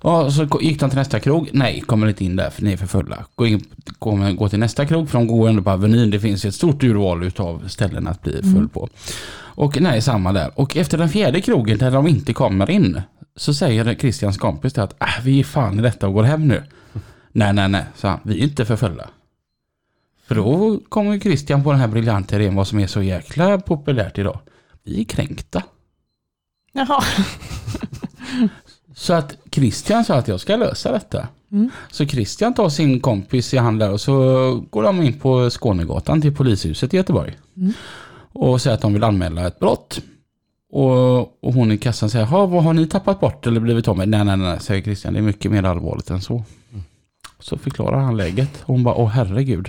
Och så ko- gick de till nästa krog. Nej, kommer inte in där för ni är för fulla. Gå, in, kommer, gå till nästa krog för de går ändå på Avenyn. Det finns ett stort urval utav ställen att bli full på. Och nej, samma där. Och efter den fjärde krogen där de inte kommer in så säger Christians kompis där att ah, vi ger fan i detta och går hem nu. Nej, nej, nej, sa han. Vi är inte förföljda. För då kommer ju Christian på den här briljanta idén vad som är så jäkla populärt idag. Vi är kränkta. Jaha, Så att Christian sa att jag ska lösa detta. Mm. Så Christian tar sin kompis i hand där och så går de in på Skånegatan till polishuset i Göteborg. Mm. Och säger att de vill anmäla ett brott. Och, och hon i kassan säger, "Ha, vad har ni tappat bort eller blivit av med? Nej, nej, nej, säger Christian, det är mycket mer allvarligt än så. Mm. Så förklarar han läget. Hon bara, åh herregud.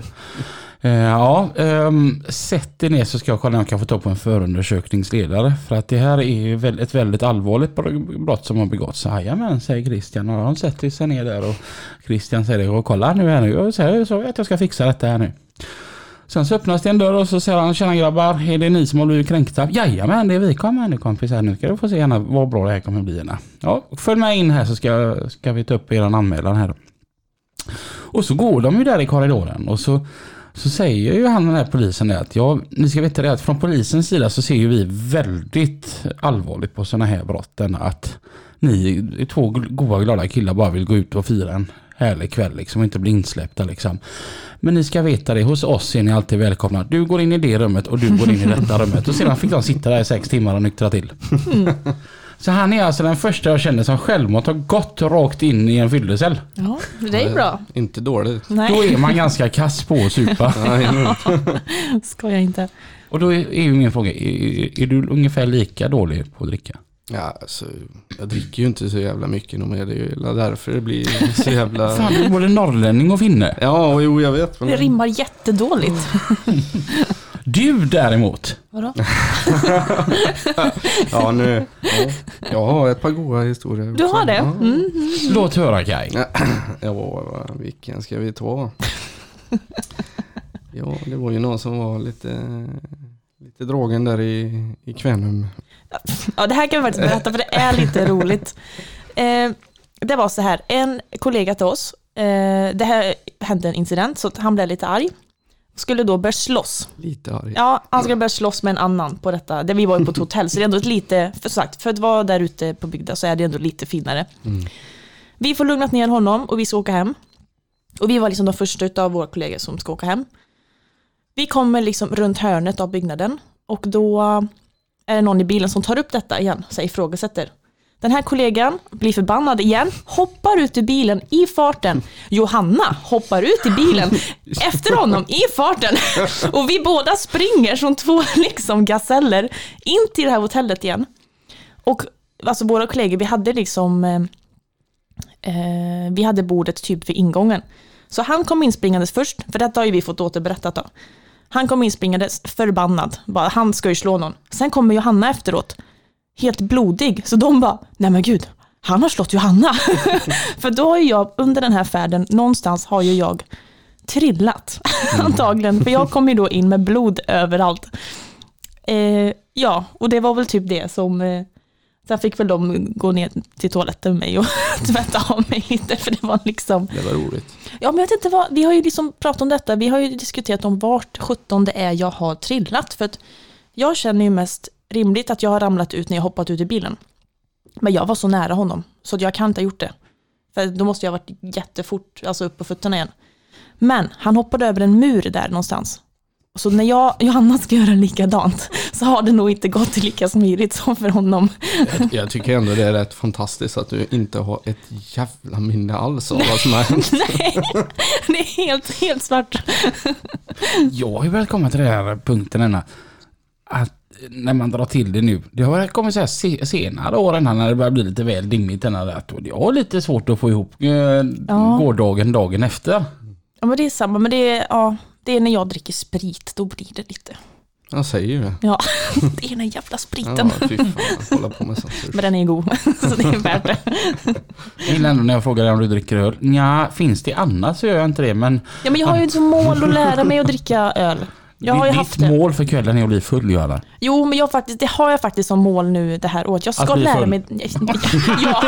Eh, ja, ehm, sätt dig ner så ska jag kolla om jag kan få tag på en förundersökningsledare. För att det här är ju väl- ett väldigt allvarligt br- brott som har begåtts. Jajamän, säger Christian. Och han sätter sig ner där och Christian säger, och kolla nu här nu. Jag säger så att jag ska fixa detta här nu. Sen så öppnas det en dörr och så säger han, tjena grabbar, är det ni som har blivit kränkta? Jajamän, det är vi. Kom här nu kompis, här. nu ska du få se gärna vad bra det här kommer bli. Gärna. Ja, följ med in här så ska, ska vi ta upp er anmälan här. Och så går de ju där i korridoren och så, så säger ju han den här polisen det att ja, ni ska veta det att från polisens sida så ser ju vi väldigt allvarligt på sådana här brotten att ni två gl- goa glada killar bara vill gå ut och fira en härlig kväll liksom och inte bli insläppta liksom. Men ni ska veta det, hos oss är ni alltid välkomna. Du går in i det rummet och du går in i detta rummet och sedan fick de sitta där i sex timmar och nyktra till. Så han är alltså den första jag känner som självmant har gått rakt in i en fyllecell. ja, det är bra. Inte dåligt. Då Nej, är man ganska kass på att supa. Nej, mm. skojar inte. Och då är är ju min fråga, är, är du ungefär lika dålig på att dricka? ja, alltså, jag dricker ju inte så jävla mycket nog mer. Det är ju därför det blir så jävla... Fan, du är både norrlänning och finne. Ja, jo jag vet. Mm. Det Men... rimmar jättedåligt. Du däremot, Vadå? Ja, nu. Ja, jag har ett par goda historier. Du också. har det? Ja. Mm. låt höra Kaj. Ja, vilken ska vi ta? Ja, det var ju någon som var lite, lite dragen där i, i Kvänum. Ja, det här kan vi faktiskt berätta för det är lite roligt. Eh, det var så här, en kollega till oss, eh, det här hände en incident så att han blev lite arg. Skulle då börja slåss. Lite arg. Ja, han skulle börja slåss med en annan på detta. Där vi var ju på ett hotell, så det är ändå ett lite, för sagt, för att vara där ute på bygda så är det ändå lite finare. Mm, Vi får lugnat ner honom och vi ska åka hem. Och vi var liksom de första av våra kollegor som ska åka hem. Vi kommer liksom runt hörnet av byggnaden och då är det någon i bilen som tar upp detta igen, så här ifrågasätter. Den här kollegan blir förbannad igen, hoppar ut ur bilen i farten. Johanna hoppar ut i bilen efter honom i farten. Och vi båda springer som två liksom gazeller in till det här hotellet igen. Och alltså våra kollegor, vi hade liksom eh, eh, vi hade bordet typ vid ingången. Så han kom inspringandes först, för detta har ju vi fått återberättat då. Han kom inspringandes förbannad, bara han ska ju slå någon. Sen kommer Johanna efteråt, helt blodig, så de bara, nej men gud, han har slått Johanna. för då har ju jag, under den här färden, någonstans har ju jag trillat antagligen, för jag kom ju då in med blod överallt. Eh, ja, och det var väl typ det som eh, Sen fick väl de gå ner till toaletten med mig och tvätta av mig lite för det var liksom... Det var roligt. Ja men jag vet inte vad, vi har ju liksom pratat om detta, vi har ju diskuterat om vart 17 det är jag har trillat. För att jag känner ju mest rimligt att jag har ramlat ut när jag hoppat ut i bilen. Men jag var så nära honom, så att jag kan inte ha gjort det. För då måste jag ha varit jättefort, alltså upp på fötterna igen. Men han hoppade över en mur där någonstans. Så när jag Johanna ska göra likadant så har det nog inte gått lika smidigt som för honom. Jag tycker ändå det är rätt fantastiskt att du inte har ett jävla minne alls av vad som har hänt. Nej, det är helt, helt svart. Jag har ju börjat komma till den här punkten Anna, att när man drar till det nu. Det har kommit så här se- senare åren här när det börjar bli lite väl dimmigt. Anna, att Jag har lite svårt att få ihop eh, gårdagen dagen efter. Ja men det är samma, men det är, ja, det är när jag dricker sprit, då blir det lite. Jag säger ju det. Ja, det är den jävla spriten. Ja, fy fan. Hålla på med sånt. Men den är god, så det är värt det. Jag gillar ändå när jag frågar dig om du dricker öl. Nja, finns det annat så gör jag inte det. Men Ja, men jag har ju som mål att lära mig att dricka öl. Jag har ju ditt haft det. mål för kvällen är att bli full Johanna. Jo, men jag har faktiskt, det har jag faktiskt som mål nu det här året. Jag ska Att bli lära full. mig... Ja.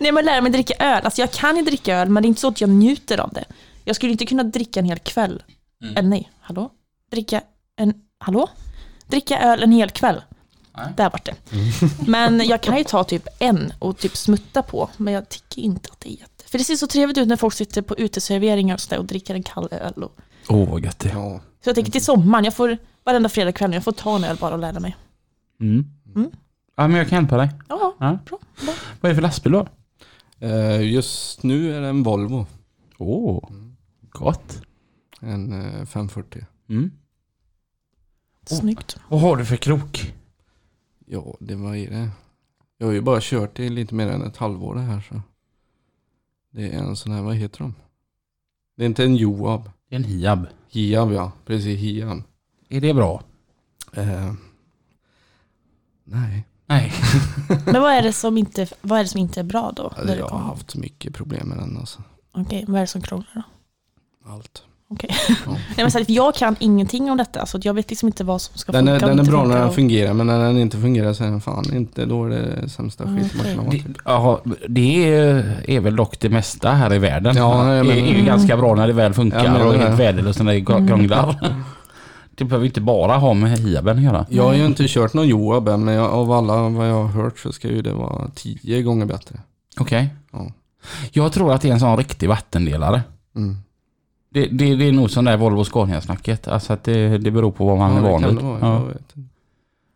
Nej, men lära mig dricka öl. Alltså, jag kan ju dricka öl, men det är inte så att jag njuter av det. Jag skulle inte kunna dricka en hel kväll. Eh, nej, hallå? Dricka en... Hallå? Dricka öl en hel kväll. Nej. Där vart det. Men jag kan ju ta typ en och typ smutta på, men jag tycker inte att det är jätte... För det ser så trevligt ut när folk sitter på uteserveringar och, så där och dricker en kall öl. Och... Åh vad gött det är. Ja, Så jag tänker till Mm. sommaren, jag får varenda fredagkväll, jag får ta en öl bara och lära mig. Mm. Mm. Ja men jag kan hjälpa dig. Ja, Ja. bra. bra. Vad är det för lastbil då? Eh, Just nu är det en Volvo. Åh, gott. En eh, 540. Mm. Oh. Snyggt. Vad har du för krok? Ja, det var i det. Jag har ju bara kört i lite mer än ett halvår det här så. Det är en sån här, vad heter de? Det är inte en Joab. Det är en Hiab. Hiab ja, precis Hiab. Är det bra? Eh, nej, Nej. Men vad är, det som inte, vad är det som inte är bra då? alltså, när det jag har kommer? haft mycket problem med den alltså. Okej, vad är det som krånglar då? Allt. Nej, men så här, för jag kan ingenting om detta, så att jag vet liksom inte vad som ska Den är, funka. och den är inte bra när funka den och- fungerar men när den inte fungerar så är den fan inte, då är det sämsta Mm, skit man kan ha. Det, varit. aha, det är, är väl dock det mesta här i världen. Ja, jag det menar- är ju ganska bra när det väl Jag funkar menar och det. helt värdelöst när det Mm. krånglar. Det behöver inte bara ha med Hiaben att göra. Jag har ju inte kört någon Joab än, men jag, av alla vad jag har hört så ska ju det vara tio gånger bättre. Okej. Ja. Jag tror att det är en sån riktig vattendelare. Mm. Det, det, det är nog sån där Volvo Scania-snacket. Alltså att det, det beror på vad man Ja, är det van kan vid. det vara, jag Ja. vet inte.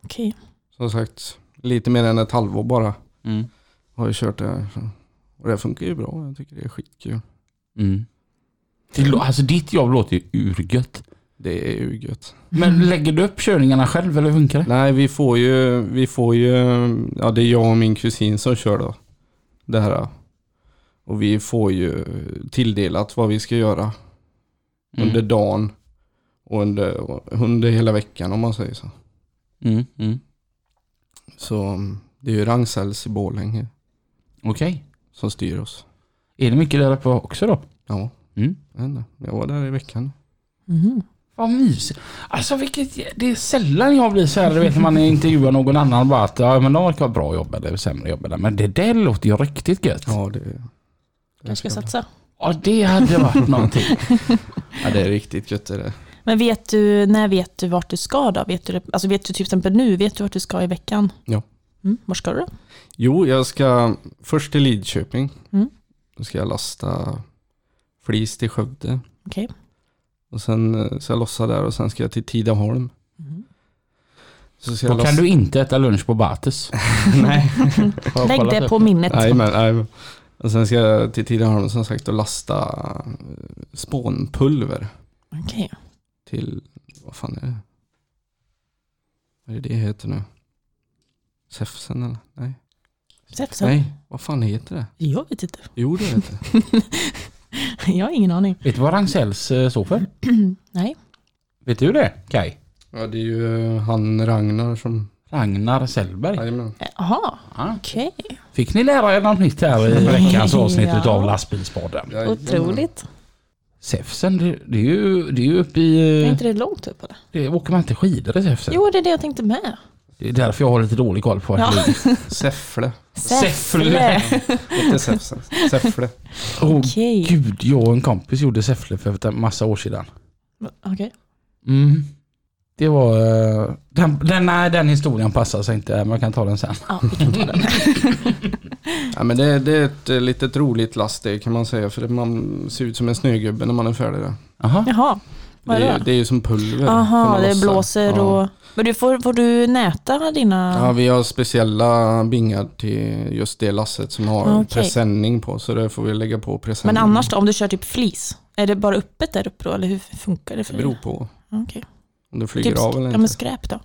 Okej. Som sagt, lite mer än ett halvår bara Mm. har jag kört det här. så- Och det funkar ju bra, jag tycker det är skitkul. Mm. Det, lå- alltså ditt jobb låter ju urgött. Det är ju gött. Men lägger du upp körningarna själv eller hur funkar det? Nej, vi får ju, vi får ju, ja det är jag och min kusin som kör då. Det här. Och vi får ju tilldelat vad vi ska göra under Mm. dagen och under, under hela veckan om man säger så. Mm. Mm. Så mm, det är ju Ragn-Sells i Borlänge Okej. som styr oss. Är det mycket där uppe också då? Ja, Mm. jag vet inte. jag var där i veckan. Mhm. Vad mysigt. Alltså vilket, jä- det är sällan jag blir så här, du vet när man intervjuar någon annan och bara att ja men de verkar ha bra jobb eller sämre jobb eller men det där låter ju riktigt gött. Ja, Ja, det, det Kanske ska ska- satsa. det hade varit någonting. ja, det är riktigt gött det där. Men vet du, när vet du vart du ska då? Vet du, det- alltså vet du till exempel nu, vet du vart du ska i veckan? Ja. Mm, vart ska du då? Jo, jag ska först till Lidköping. Mm. Då ska jag lasta flis till Skövde. Okej. Och sen eh, ska jag lossa där och sen ska jag till Tidaholm. Mhm. Så ska jag Då kan du inte äta lunch på Bates. Nej. Har jag Lägg kollat det upp? på minnet. Jajamän, jajamän. Och sen ska jag till Tidaholm som sagt och lasta eh, spånpulver Okej. till, vad fan är det? Vad är det det heter nu? Säfsen eller? Nej. Sätt så. Nej, vad fan heter det? Jag vet inte. Jo det heter det. Jag har ingen aning. Vet du vad Ragn-Sells eh, står för? Nej. Vet du det Kai? Ja det är ju eh, han Ragnar som... Ragnar Sellberg. Jajamän. Jaha, Ah. Ja. okej. Fick ni lära er något nytt här i veckans avsnitt Ja. utav Lastbilspodden? Otroligt. Säfsen, det, det är ju, det är ju uppe i... Är eh, inte det långt upp eller? typ. Det, åker man inte skidor i Säfsen? Jo, det är det jag tänkte med. Det är därför jag har lite dålig koll på vart Ja. det ligger. Säffle. Säffle. Inte Säffle. Säffle. Åh Okej. gud, jag och en kompis gjorde Säffle för en massa år sedan. Okej. Mm. Det var... eh, Den, den, nej, den historien passar sig inte. Man kan ta den sen. Ja, vi kan ta den. Ja, men det, det är ett eh, litet roligt laststeg kan man säga för att man ser ut som en snögubbe när man är färdig där. Jaha. Jaha, Det vad är är, det? det är ju som pulver. som Jaha, man det lossar. blåser Ja. och... Men du får, får du näta Ja, dina... vi har speciella bingar till just det lasset som har Okej. presenning på så det får vi lägga på presenning. Men annars då, om du kör typ flis? Är det bara öppet där uppe då, eller hur funkar det? För Det beror på dig? Okej. om du flyger Typ, av eller ja, inte. men skräp då?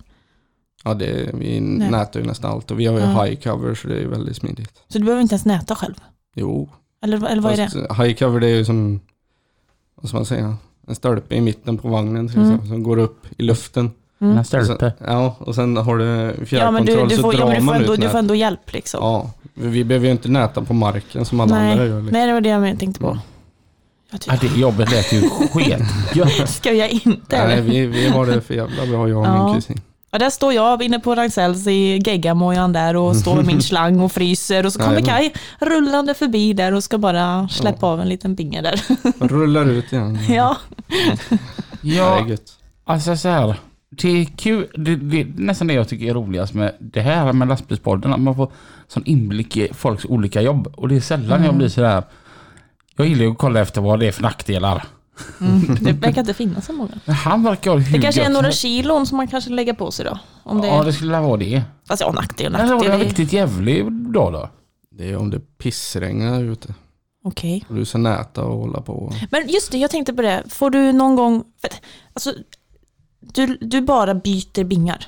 Ja, det, vi Nej. nätar ju nästan allt och vi har ju Ja. high cover så det är väldigt smidigt. Så du behöver inte ens näta själv? Jo, Eller, vad- eller vad är det? fast eh, high cover det är ju som, vad ska man säga, en stolpe i mitten på vagnen till Mm. exempel, som går upp i luften. Mm. Den Och sen, stölpe. ja, och sen har du Ja, men du, fjärrkontroll du, så får, drar ja, men du, får man ändå, ut du får nät. ändå hjälp liksom. Ja, vi behöver ju inte näta på marken som alla Nej. andra gör. Liksom. Nej, det var det jag tänkte på. Mm. Äh. Jag typ, Ja, det jobbet lät ju sketgött. ska jag inte? Nej, eller? vi, vi har det för jävla bra jag och Ja. min kusin. Ja, där står jag inne på Ragn-Sells i geggamojan där och står med min slang och fryser och så kommer Jajamän. Kaj rullande förbi där och ska bara släppa av en liten binge där. Rullar ut igen. Ja, Ja, det Ja, är gött. alltså så här. Det är kul. Det, det är nästan det jag tycker är roligast med det här med lastbilspodden. Att man får sån inblick i folks olika jobb. Och det är sällan Mm. jag blir så där. Jag gillar ju att kolla efter vad det är för nackdelar. Mm. det verkar inte finnas så många. Men han verkar ha hur Det kanske är Mm, gött några som- kilon som man kanske lägger på sig då. Om det Ja, är, det skulle vara det. fast ja, nackdel Eller var det en nackdel. det- riktigt jävlig dag då? Det är om det pissregnar ute. Okej. Och du ska näta och hålla på. Men just det, jag tänkte på det. Får du någon gång... För, att, alltså, du, du bara byter bingar.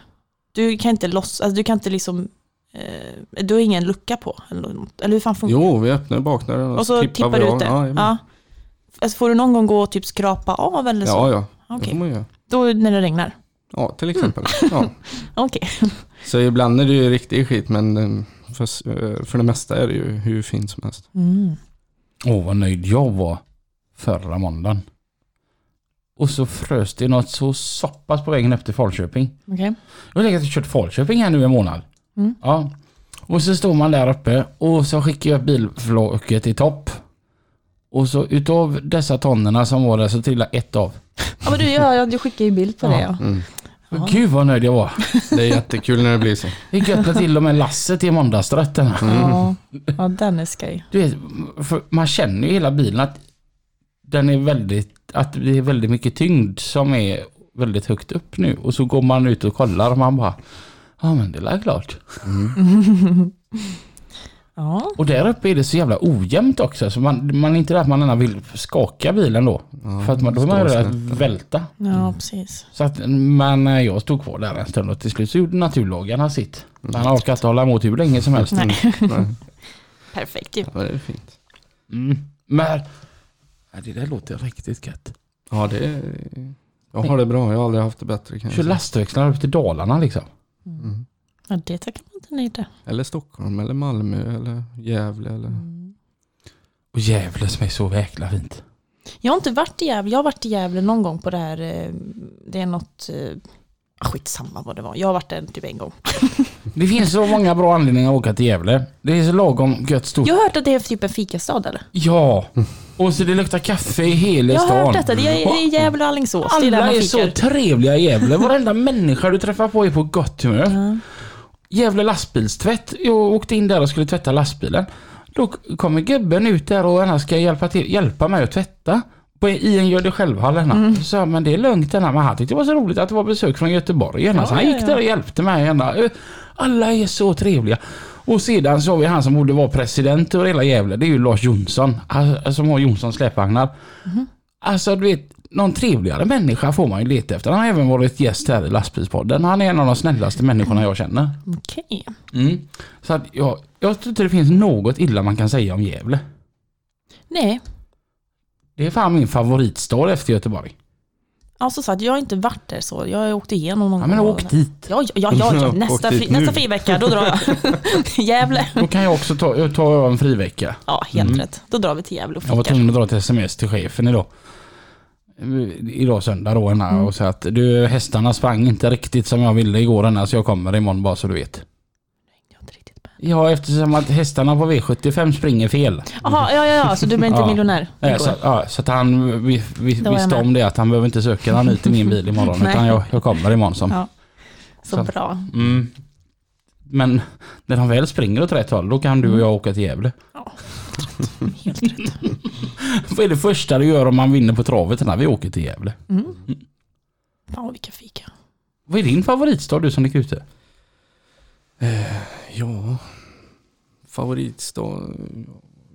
Du kan inte loss, alltså, du kan inte liksom... Eh, du har ingen lucka på. Eller, något. eller hur fan funkar Jo, vi öppnar bakdörren och, Och så tippar, vi du av. ut det? Ja, Ja, ja. Alltså, får du någon gång gå och typ skrapa av eller så? ja, ja. det Okej. Mm. får man göra. Då när det regnar? Ja, till exempel. Ja. Okej. Så ibland är det ju riktig skit, men eh, för, eh, för det mesta är det ju hur fint som helst. Mm. Åh vad nöjd jag var förra måndagen. Och så frös det något så soppas på vägen upp till Falköping. Okej. Jag har legat och kört Falköping här nu en månad. Mm. Ja. Och så står man där uppe och så skickar jag bilflocket i topp. Och så utav dessa tonnerna som var där så trillade ett av. Ja men du, jag, jag skickar ju bild på det ja. Mm. Och Gud vad nöjd jag var. Det är jättekul när det blir så. Det är gött att till och med lasset är måndagströtten. Ja, ja den är skoj. Du vet, för man känner ju hela bilen att den är väldigt, att det är väldigt mycket tyngd som är väldigt högt upp nu. Och så går man ut och kollar och man bara, ja men det är klart. Ja. Och där uppe är det så jävla ojämnt också. Så man, man är inte där att man gärna vill skaka bilen då. för att man, då är man ju rädd att välta. ja, precis. Så att, men eh, jag stod kvar där en stund och till slut så gjorde naturlagarna sitt. Man orkar inte hålla emot hur länge som helst. Nej, Nej, perfekt ju. ja, det är fint. Mm. Men, ja, det där låter riktigt gött. Ja, det är... Jag har det bra. Jag har aldrig haft det bättre. Kan jag Kör säga. Mm. lastväxlarna upp till Dalarna liksom. Ja, det tackar man inte nej till. Eller Stockholm, eller Malmö, eller Gävle. Eller... Mm. Mm. Och Gävle som är så jäkla fint. Jag har inte varit i Gävle, jag har varit i Gävle någon gång på det här, eh, det är något, eh, ah, skitsamma vad det var, jag har varit där typ en gång. Det finns så många bra anledningar att åka till Gävle. Det är så lagom gött stort. Jag har hört att det är typ en fikastad eller? Ja! Och så det luktar kaffe i hela Jag har stan. hört detta, det är, Mm. det är Gävle och Alingsås, det är där Alla man är så fikar. trevliga i Gävle. Varenda människa du träffar på är på gott humör. Gävle lastbilstvätt. Jag åkte in där och skulle tvätta lastbilen. Då kommer gubben ut där och han ska hjälpa, till, hjälpa mig att tvätta. På- I en gör det själv-hall mm. Så men det är lugnt denna. Men han tyckte det var så roligt att det var besök från Göteborg. Ja, så han ja, gick där och hjälpte mig. Gärna. Alla är så trevliga. Och sedan så har vi han som borde vara president över hela Gävle. Det är ju Lars Jonsson. Han- Som har Jonssons släpvagnar. Alltså du vet, någon trevligare människa får man ju leta efter. Han har även varit gäst här i lastbilspodden. Han är en av de snällaste människorna jag känner. Okej. Mm. Så att jag, jag tror inte det finns något illa man kan säga om Gävle. Nej, Det är fan min favoritstad efter Göteborg. alltså så att jag har inte varit där så, jag har åkt igenom någon Ja men gång. åk dit. Ja, ja, ja, ja, ja. Åk Nästa, dit fri, nu. nästa frivecka, då drar jag. Gävle. Då kan jag också ta, jag tar en frivecka. Ja, helt rätt. Då drar vi till Gävle och Jag var fikar. tvungen att dra ett sms till chefen idag. Eh, idag söndag då Anna, och så att du hästarna sprang inte riktigt som jag ville igår Anna, så jag kommer imorgon bara så du vet. Jag är inte riktigt med. Ja eftersom att hästarna på V75 springer fel. Jaha, ja, ja, ja, så du blev inte Ja. miljonär Eh, Så, igår? ja, så att han vi, vi, Då var jag visste med. om det att han behöver inte söka den ut i min bil imorgon Nej. utan jag, jag kommer imorgon som. Ja. Så Så. bra. Mm. Men när han väl springer åt rätt håll då kan du och Mm. jag åka till Gävle. Helt rätt. Vad är det första du gör om man vinner på travet när vi åker till Gävle? Mm. Fan vilka fika. Vad är din favoritstad du som gick ute? Ja, favoritstad?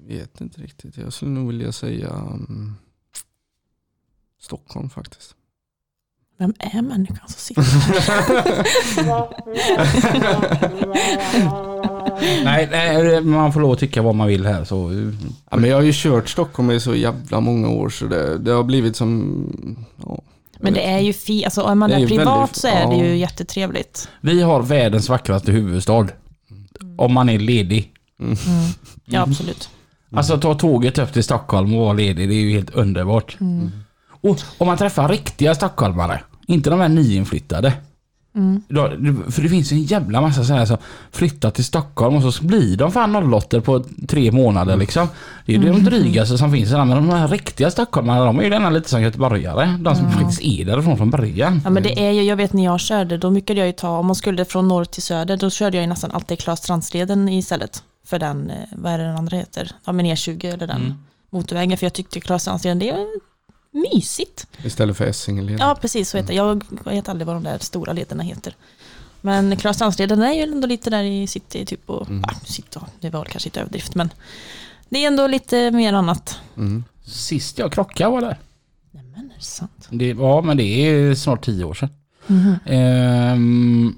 Jag vet inte riktigt. Jag skulle nog vilja säga mm, Stockholm faktiskt. Vem är människan som sitter Nej, nej, man får lov att tycka vad man vill här så. Ja, men jag har ju kört Stockholm i så jävla många år så det, det har blivit som... Ja, Men det är ju fint, alltså är man Det är där ju privat väldigt- så är det ja. ju jättetrevligt. Vi har världens vackraste huvudstad. Om man är ledig. Mm. Ja absolut. Alltså ta tåget upp till Stockholm och vara ledig, det är ju helt underbart. Och om man träffar riktiga stockholmare, inte de här nyinflyttade. Då, för det finns en jävla massa sådana som flyttar till Stockholm och så blir de fan nollotter på tre månader liksom. Det är ju de drygaste som finns. Men de här riktiga stockholmarna, de är ju denna lite som göteborgare. De som faktiskt är därifrån från början. Ja men det är ju, jag vet när jag körde, då brukade jag ju ta, om man skulle från norr till söder, då körde jag ju nästan alltid Klarastrandsleden istället. För den, eh, vad är det den andra heter? Ja men E20 eller den motorvägen, för jag tyckte Klarastrandsleden, det är mysigt. istället för Essingeleden. Ja precis så heter det. jag, vet aldrig vad de där stora lederna heter. Men Klarastrandsleden är ju ändå lite där i city typ och, ja, city, det var väl kanske inte överdrift men det är ändå lite mer annat. Sist jag krockade var där. Nämen, är det sant? Det, ja, men det är snart tio år sedan. Ehm,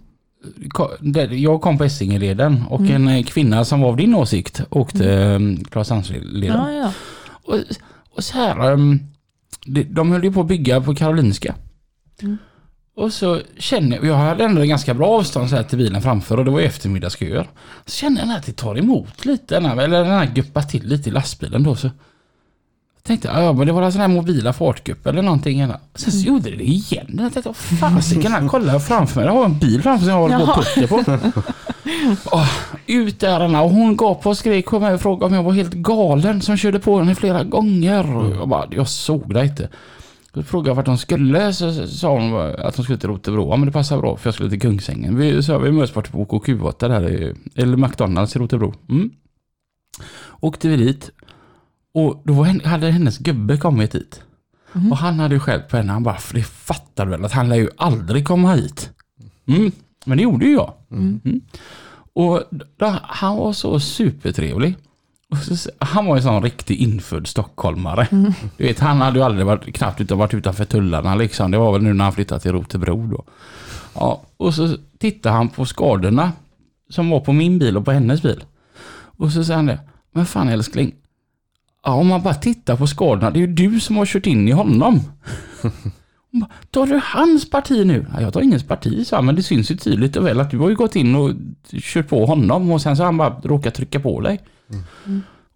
ko- där- jag kom på Essingeleden och en eh, kvinna som var av din åsikt åkte mm. Klarastrandsleden. Ja, ja. Och, och så här, ehm, det- de höll ju på att bygga på Karolinska. Och så känner jag, jag hade ändå en ganska bra avstånd så här till bilen framför och det var ju eftermiddagsköer. Så känner jag att det tar emot lite, den här, eller den här guppar till lite i lastbilen då så Tänkte jag, ja men det var en sån här mobila fartgupp eller någonting. eller. Sen så gjorde det det igen. Jag tänkte, "Åh, fasiken här, kolla framför mig, jag har en bil framför mig som jag håller på och putter på. Åh, ut där Anna och hon gapade och skrek på mig och frågade om jag var helt galen som körde på henne flera gånger. Och jag bara, jag såg det inte. Då frågade jag vart de skulle, så så sa hon bara att de skulle till Rotebro. Ja men det passar bra för jag skulle till Kungsängen. Vi, så vi möts bort på OKQ8 där, i- eller McDonalds i Rotebro. Mm. Åkte vi dit. Och då var, hen- hade hennes gubbe kommit hit. Och han hade ju skällt på henne. Han bara, för det fattar du väl att han lär ju aldrig komma hit. Mm. Men det gjorde ju jag. Mm. Och då, han var så supertrevlig. Och så, han var ju en sån riktig infödd stockholmare. Du vet, han hade ju aldrig varit, knappt utan varit utanför tullarna liksom. Det var väl nu när han flyttade till Rotebro då. Ja, och så tittade han på skadorna som var på min bil och på hennes bil. Och så sa han det, men fan älskling. Ja, om man bara tittar på skadorna, det är ju du som har kört in i honom. Hon bara, Tar du hans parti nu? "Ja, Jag tar ingens parti, sa han, men det syns ju tydligt och väl att du har ju gått in och kört på honom och sen så har han bara råkat trycka på dig.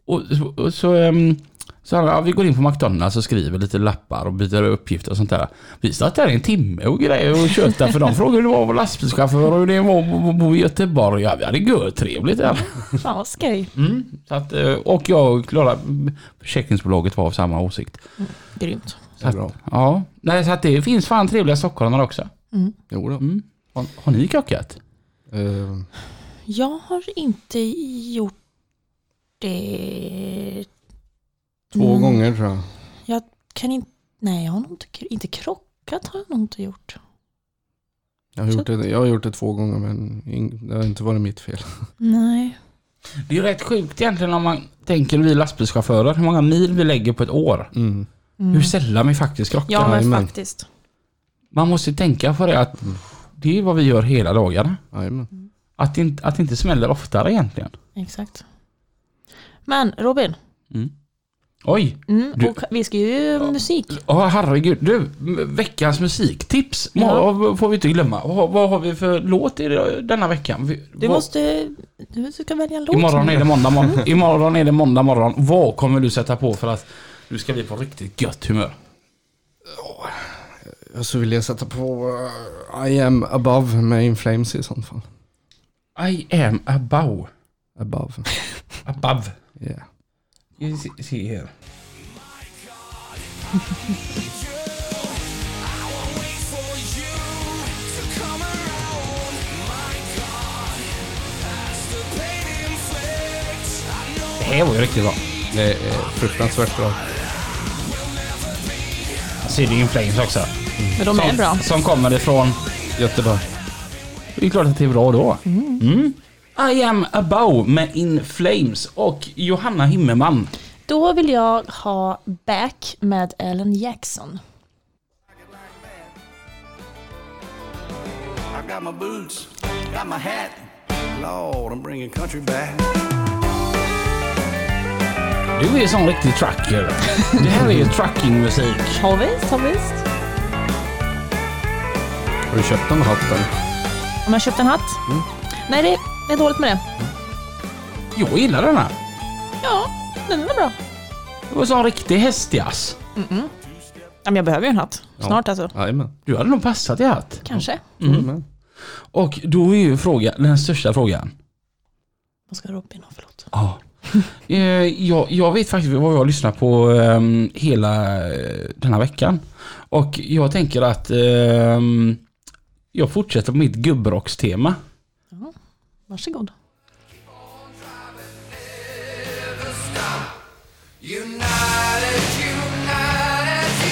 Och, så- och så, ehm, så han, ja, vi går in på McDonalds och skriver lite lappar och byter uppgifter och sånt där. Vi satt där i en timme och grejer och tjötade för de frågade hur det var att vara lastbilschaufför och hur det var att bo- bo i Göteborg. Ja, vi hade görtrevligt där. Fan vad skoj. Mm. Så att, eh, och jag och Klara, försäkringsbolaget var av samma åsikt. Grymt. Så att, ja, nej, så att det finns fan trevliga stockholmare också. Jo då. Mm. Har, har ni krockat? Eh, Jag har inte gjort det. två Mm. gånger tror jag. Jag kan inte, nej jag har nog inte, inte krockat har jag nog inte gjort. Jag har, gjort det, jag har gjort det två gånger men ing- det har inte varit mitt fel. Nej. Det är ju rätt sjukt egentligen om man tänker vi lastbilschaufförer, hur många mil vi lägger på ett år. Mm. Hur sällan vi faktiskt krockar. Mm. Ja men Jajamän. faktiskt. Man måste tänka på det att det är vad vi gör hela dagarna. Jajamän. Att det inte, att det inte smäller oftare egentligen. Exakt. Men Robin, Oj! mm, Du- och vi ska ju musik. Ja, herregud. Du, m- veckans musiktips Ja. ja. får vi inte glömma. Vad, vad har vi för låt i det- denna veckan? Vi, Du vad- måste, du ska välja en låt. Mm. Imorgon är det måndag morgon. Imorgon är det måndag morgon. Vad kommer du sätta på för att nu ska vi på riktigt gött humör? Och så vill jag sätta på eh, I am above med In Flames i sånt fall. I am above. Above. Above. Yeah. You see, see here. Det här var ju riktigt bra. Det är fruktansvärt bra. City in Flames också. Men de är bra. Som kommer ifrån... Göteborg. Det är klart att det är bra då. Mm. I am above med In Flames och Johanna Himmelman. Då vill jag ha Back med Alan Jackson. I got my boots, got my hat. Lord, I'm bringing country back. Du är ju sån riktig trucker. Det här är ju truckingmusik. Har visst, har visst. Har du köpt den hatten? Om jag köpt en hatt? Nej, det det är dåligt med det. Jag gillar den här. Ja, den är bra. Det var en sån riktig hästjazz. Ja, men jag behöver ju en hatt. Snart alltså. Jajamän. Du hade nog passat i hatt. Kanske. Mm. Och då är ju frågan, den största frågan. Vad ska Robin ha för låt? Ja. Eh, jag, jag vet faktiskt vad jag lyssnar på ehm, hela eh, denna veckan. Och jag tänker att ehm, jag fortsätter på mitt gubbrockstema. Varsågod. United, united,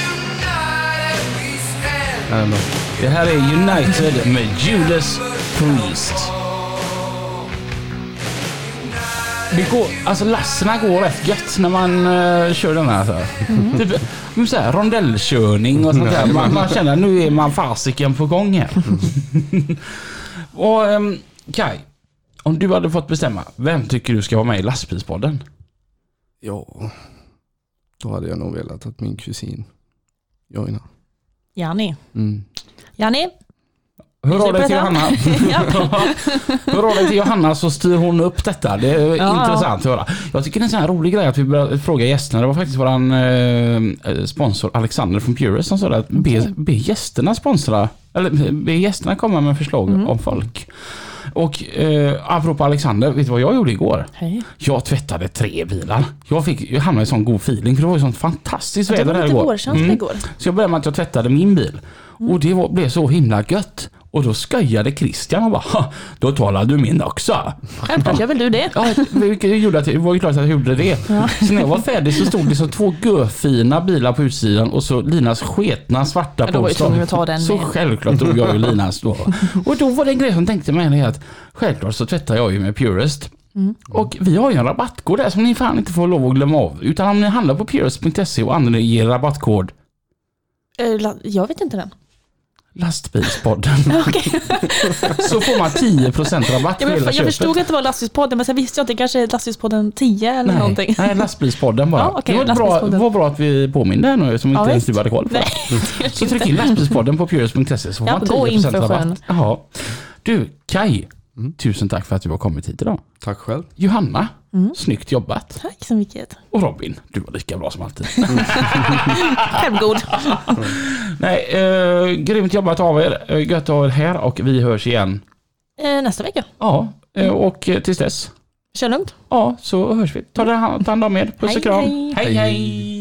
united we stand. Jajamän. Det här är United med Judas Priest. Det går, alltså lasterna går rätt gött när man eh, kör den här. Så här. Typ, men så här rondellkörning och sånt där. Man, man känner att nu är man fasiken på gång här. och um, Kai, om du hade fått bestämma, vem tycker du ska vara med i lastbilspodden? Ja. Då hade jag nog velat att min kusin joinar. Janni. Mm. Janni? Hör av dig till Superettan. Johanna. Hör av dig till Johanna så styr hon upp detta. Det är Ja. intressant att höra. Jag tycker det är en sån här rolig grej att vi börjar fråga gästerna. Det var faktiskt våran eh, sponsor Alexander från Purus som sa det att be, be gästerna sponsra. Eller be gästerna komma med förslag Mm. om folk. Och eh, apropå Alexander, vet du vad jag gjorde igår? Hej. Jag tvättade tre bilar. Jag, fick, jag hamnade i sån god feeling för det var ju sånt fantastiskt Det väder var här lite igår. vårkänsla Mm. igår. Så jag började med att jag tvättade min bil. Mm. Och det var, blev så himla gött. Och då skojade Christian och bara "Ha, då talar du min också. Självklart gör väl du det. Ja, vilket gjorde att det var ju klart att jag gjorde det. Så när jag var färdig så stod det så två görfina bilar på utsidan och så Linas sketna svarta Ja, då var ju Polestar. tvungen att ta den Så med. självklart drog jag ju Linas då. Och då var det en grej som tänkte mig det är att självklart så tvättar jag ju med Purest. Mm. Och vi har ju en rabattkod där som ni fan inte får lov att glömma av. Utan om ni handlar på purest.se E och anger rabattkod Eh, la- Jag vet inte den. Lastbilspodden. Okej. Så får man 10% rabatt på Jag, hela jag köpet. förstod att det var lastbilspodden, men sen visste jag inte. Kanske är lastbilspodden 10 eller Nej, någonting. nej, lastbilspodden bara. Ja, okej, det var bra, lastbilspodden. var bra att vi påminde här nu som inte Ja, ens visst. du hade koll på. Nej, så tryck in lastbilspodden på purus.se så får Ja, man gå in för 10% sjön. rabatt. Jaha. Du, Kai. Tusen tack för att du har kommit hit idag. Tack själv. Johanna, Mm. snyggt jobbat. Tack så mycket. Och Robin, du var lika bra som alltid. Självgod. Nej, eh, grymt jobbat av er. Eh, Gött att ha er här och vi hörs igen. Eh, Nästa vecka. Ja, eh, och eh, tills dess. Kör lugnt. Ja, så hörs vi. Ta det- ta hand om er. Puss Hej, och kram. hej. hej. hej.